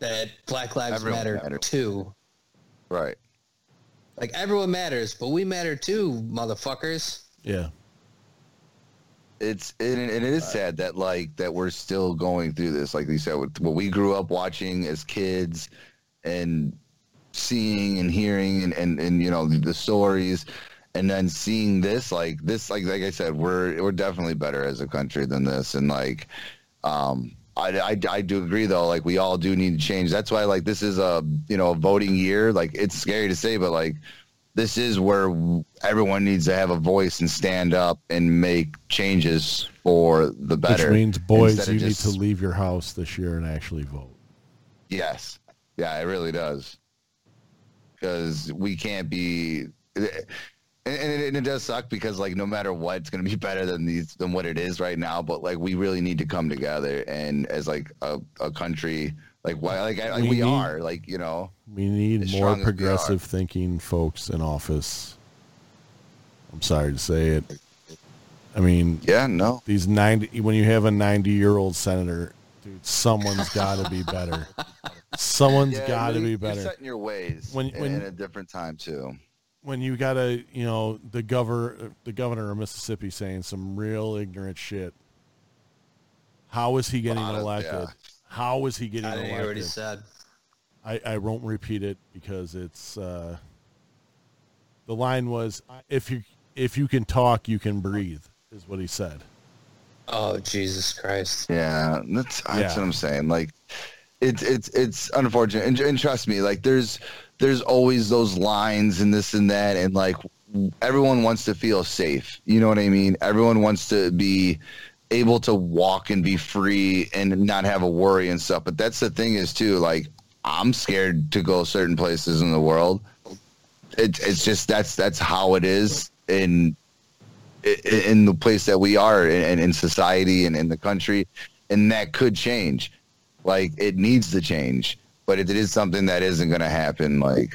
that Black Lives
Everyone
Matter
matters.
too.
Right.
Like everyone matters, but we matter too, motherfuckers."
Yeah,
It's and it, and it is sad that like that we're still going through this. Like you said, with what we grew up watching as kids, and seeing and hearing and and, and you know the, the stories, and then seeing this like this like like I said, we're we're definitely better as a country than this. And like Um, I, I, I do agree though. Like we all do need to change. That's why like this is a you know a voting year. Like it's scary to say, but like this is where everyone needs to have a voice and stand up and make changes for the better.
which means boys,
instead of
you
just-
need to leave your house this year and actually vote.
Yes. Yeah, it really does. Because we can't be, and, and, it, and it does suck because like no matter what, it's going to be (laughs) better than these than what it is right now. But like we really need to come together and as like a, a country, like why like, I, like
We
we
need-
are like you know
We need
As
more
strong as we are.
progressive thinking folks in office. I'm sorry to say it. I mean,
yeah no
these 90 when you have a 90 year old senator dude someonene's got to be better Someone's
yeah,
got to
you-
be
you're
better
setting your ways
When-
when,
when-
in a different time too.
when you got a you know the governor the governor of mississippi saying some real ignorant shit how is he getting
Lot of-
elected
yeah.
how is he getting
I think you already
elected
said.
I, I won't repeat it because it's uh, the line was if you if you can talk you can breathe is what he said
Oh Jesus Christ!
Yeah, that's that's
Yeah.
what I'm saying. Like, it's it's it's unfortunate, and, and trust me, like there's there's always those lines and this and that, and like everyone wants to feel safe. You know what I mean? Everyone wants to be able to walk and be free and not have a worry and stuff. But that's the thing is too, like I'm scared to go certain places in the world. It, it's just that's that's how it is, and i- in the place that we are in- in, in society and in the country and that could change like it needs to change but it is something that isn't going to happen like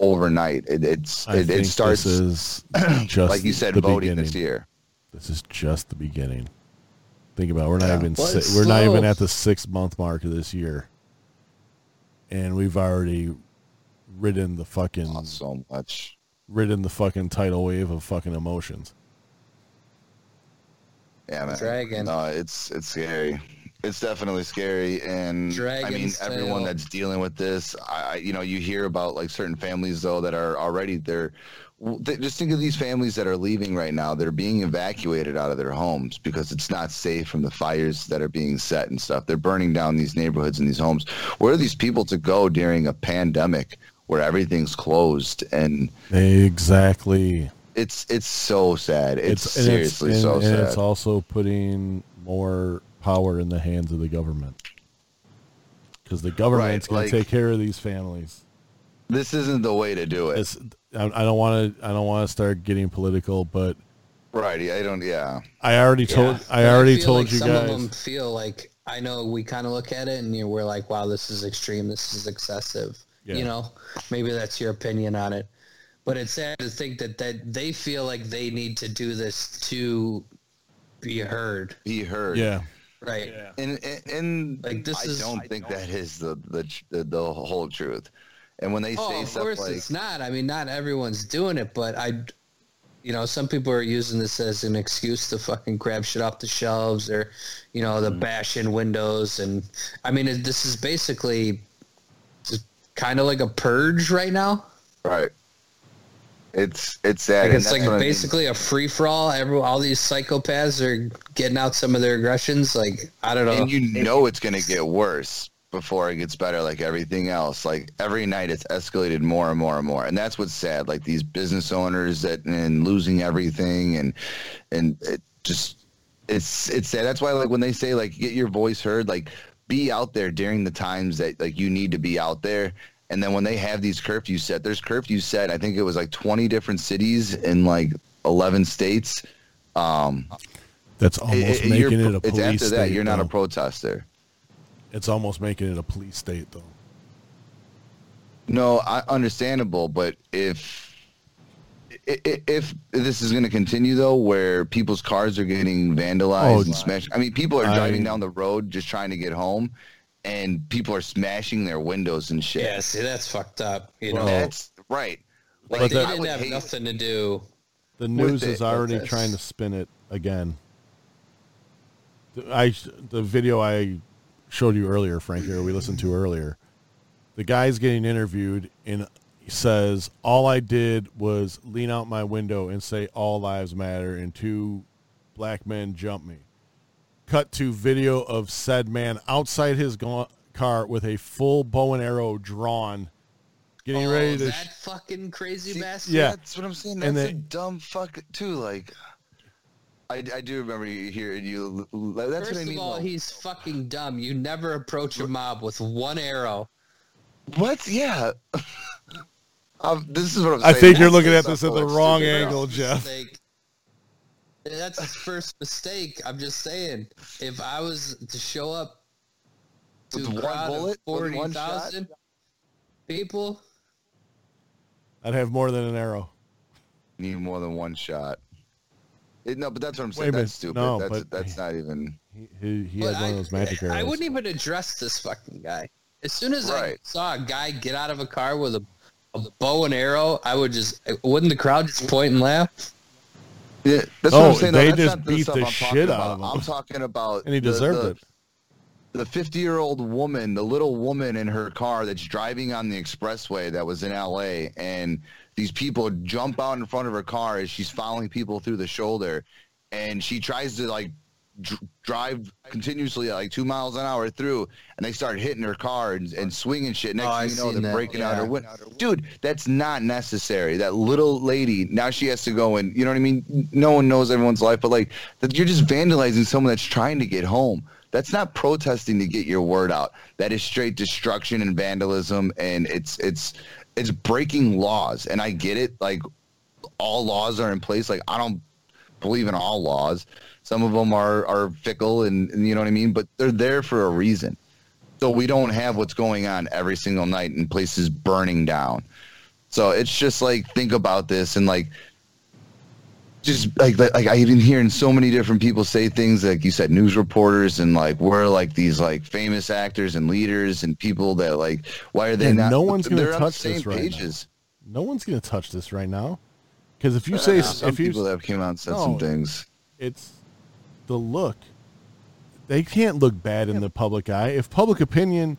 overnight it, it's
I
it,
think
it starts
this
(clears throat)
is just
like you said
the
voting
beginning.
this year
This is just the beginning. Think about it, we're not
Yeah.
even
Well,
si-
it's
we're not
slow.
even at the six month mark of this year, and we've already ridden the fucking
Not so much
ridden the fucking tidal wave of fucking emotions.
yeah man.
Dragon.
no it's it's scary it's definitely scary and i mean
Dragon's
everyone
tail.
that's dealing with this I, I- you know you hear about like certain families though that are already they're w- th- just think of these families that are leaving right now they're being evacuated out of their homes because it's not safe from the fires that are being set and stuff they're burning down these neighborhoods and these homes where are these people to go during a pandemic where everything's closed and
Exactly.
it's it's so sad it's,
and
seriously
and-
so
and
sad
it's also putting more power in the hands of the government because the government's going
like-
to take care of these families.
This isn't the way to do it.
It's, I, I don't want to. I don't want to start getting political, but
right. yeah, I don't. Yeah.
I already told.
Yeah.
I
But
already
feel
told
like
you
some
guys.
of them feel like I know we kind of look at it and you we're like, wow, this is extreme, this is excessive.
Yeah.
You know, maybe that's your opinion on it, but it's sad to think that that they feel like they need to do this to be heard,
Be heard.
yeah,
right?
And and, and
Like, this
I
is-
don't think that is the, the the the whole truth. And when they
Oh,
say
of
stuff
course
like
it's not. I mean, not everyone's doing it, but I, you know, some people are using this as an excuse to fucking grab shit off the shelves or, you know,
Mm.
the bash in windows. And I mean, it, this is basically just kind of like a purge right now.
right, it's it's sad.
Like
and
it's
that's
like
what I mean.
basically a free for all. Every all these psychopaths are getting out some of their aggressions. Like I don't know.
and you know it's going to get worse before it gets better like everything else like every night it's escalated more and more and more and that's what's sad like these business owners that and losing everything and and it just it's it's sad that's why like when they say like get your voice heard like be out there during the times that like you need to be out there and then when they have these curfews set there's curfews set i think it was like 20 different cities in like 11 states
that's almost
It- it- you're
making it
pro-
a police
it's after
state.
that you're not a
though.
protester
It's almost making it a police state, though.
No, I, understandable, but if i- i- if this is going to continue though, where people's cars are getting vandalized
Oh,
and smashed, I mean, people are
I-
driving down the road just trying to get home, and people are smashing their windows and shit.
yeah, see, that's fucked up. You
Oh.
know,
that's right. Like,
But
they
that-
I
didn't
would
have
hate-
nothing to do.
The
with
news
it,
is already
that's-
trying to spin it again. The- I the video I showed you earlier, Frankie, or we listened to earlier. The guy's getting interviewed and he says, "All I did was lean out my window and say all lives matter, and two black men jumped me." Cut to video of said man outside his ga- car with a full bow and arrow drawn, getting
Oh,
ready to.
that
sh-
fucking crazy
See,
bastard.
Yeah.
That's what I'm saying. That's
And
a
they-
dumb fuck too. Like, I, I do remember you hearing you. That's
First
what I mean.
of all,
though.
he's fucking dumb. You never approach a mob with one arrow.
What? Yeah. (laughs) um, this is what I'm
I
saying.
think you're
That's
looking at
stuff
this at the
that's
wrong
stupid.
angle, Jeff.
Mistake. That's his first mistake. I'm just saying. If I was to show up to
With
a
one
crowd
bullet?
of
With one shot?
40,000 people,
I'd have more than an arrow.
need more than one shot. It- no, but that's what I'm
Wait a
saying.
minute.
That's stupid.
No,
that's
but-
that's not even
He, he, he
but
had one of those magic arrows.
I, I wouldn't even address this fucking guy. As soon as I
Right.
saw a guy get out of a car with a, a bow and arrow, I would just, wouldn't the crowd just point and laugh?
Yeah, that's what
Oh,
I'm saying. though.
they
That's
just
not
beat
stuff
the
I'm talking
shit out
about.
of him.
I'm talking about
and he
the-
deserved
the,
it.
The 50 year old woman, the little woman in her car that's driving on the expressway that was in L.A. and these people jump out in front of her car as she's following people through the shoulder, and she tries to like dr- drive continuously at like two miles an hour through, and they start hitting her car and, and swinging shit. Next
Oh,
thing
I've
you know,
seen
they're
that,
breaking out
yeah.
her window. Dude, that's not necessary. That little lady now she has to go and you know what I mean. No one knows everyone's life, but like that you're just vandalizing someone that's trying to get home. That's not protesting to get your word out. That is straight destruction and vandalism, and it's it's it's breaking laws. And I get it. Like all laws are in place. Like I don't believe in all laws. Some of them are are fickle, and, and you know what I mean. But they're there for a reason. So we don't have what's going on every single night and places burning down. So it's just like think about this and like just like like, like I've been hearing so many different people say things like you said news reporters and like we're like these like famous actors and leaders and people that like why are they
And
not
no one's gonna
they're on the
touch this
same
right now.
pages.
No one's going to touch this right now. Because if you say,
Some
if
people
you,
that have came out and said
No.
some things.
it's the look. They can't look bad in the public eye. If public opinion,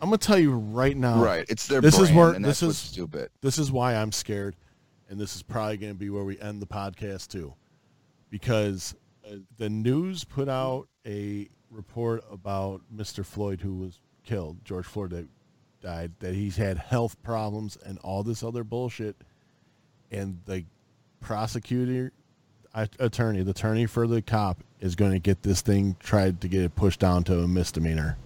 I'm going to tell you right now.
Right. It's their
Oh. This is
brand,
where-
and
this
that's what's
is-
stupid.
This is why I'm scared, and this is probably going to be where we end the podcast too, because uh, the news put out a report about Mr. Floyd, who was killed, George Floyd that died, that he's had health problems and all this other bullshit, and the prosecutor, a- attorney, the attorney for the cop is going to get this thing tried to get it pushed down to a misdemeanor.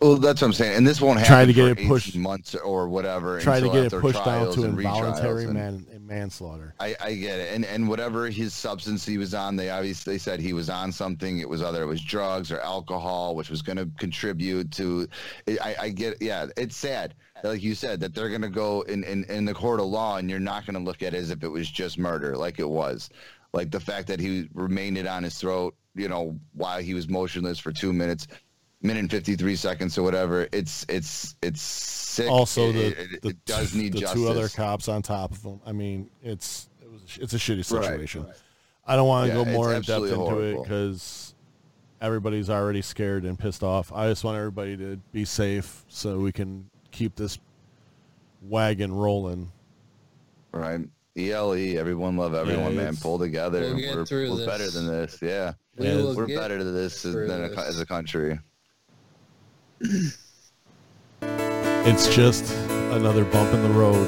Well, that's what I'm saying, and this won't happen.
Try to get
for
it
18
pushed-
months or whatever.
Try to
until
get
after
it pushed down
trials
to
and retrials
involuntary
and-
man, manslaughter.
I, I get it, and and whatever his substance he was on, they obviously they said he was on something. It was either it was drugs or alcohol, which was going to contribute to. I, I get, yeah, it's sad, like you said, that they're going to go in, in in the court of law, and you're not going to look at it as if it was just murder, like it was, like the fact that he remained it on his throat, you know, while he was motionless for two minutes, minute and fifty three seconds or whatever. It's it's it's sick.
Also,
It-
the,
it, it,
the,
it does
two-
need
the
justice.
two other cops on top of him. I mean, it's it was a sh- it's a shitty
Right,
situation. I don't want to
Yeah,
go
it's
more in depth
absolutely
into it
horrible.
because everybody's already scared and pissed off. I just want everybody to be safe so we can keep this wagon rolling.
Right. ELE, everyone love everyone,
Yeah,
man.
it's-
Pull together.
We'll get
we're
through
we're
this.
better than this. Yeah.
We
Yeah,
will
We're
get
better than this as,
through
than a,
this.
co- as a country.
It's just another bump in the road.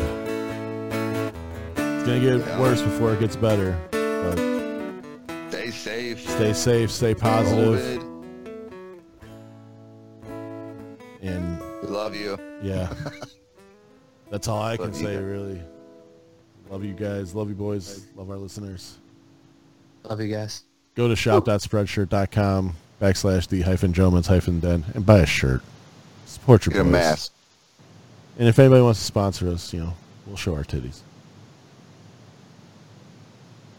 It's gonna get
Yeah.
worse before it gets better. But
Stay safe.
stay safe, stay positive,
COVID.
and
We love you. (laughs)
yeah, that's all I can
Love you
say.
guys.
Really, love you guys, love you boys, love our listeners.
Love you guys.
Go to shop.spreadshirt.com backslash the hyphen Joman's hyphen den and buy a shirt. Support your
Get a
boys.
mask.
And if anybody wants to sponsor us, you know, we'll show our titties.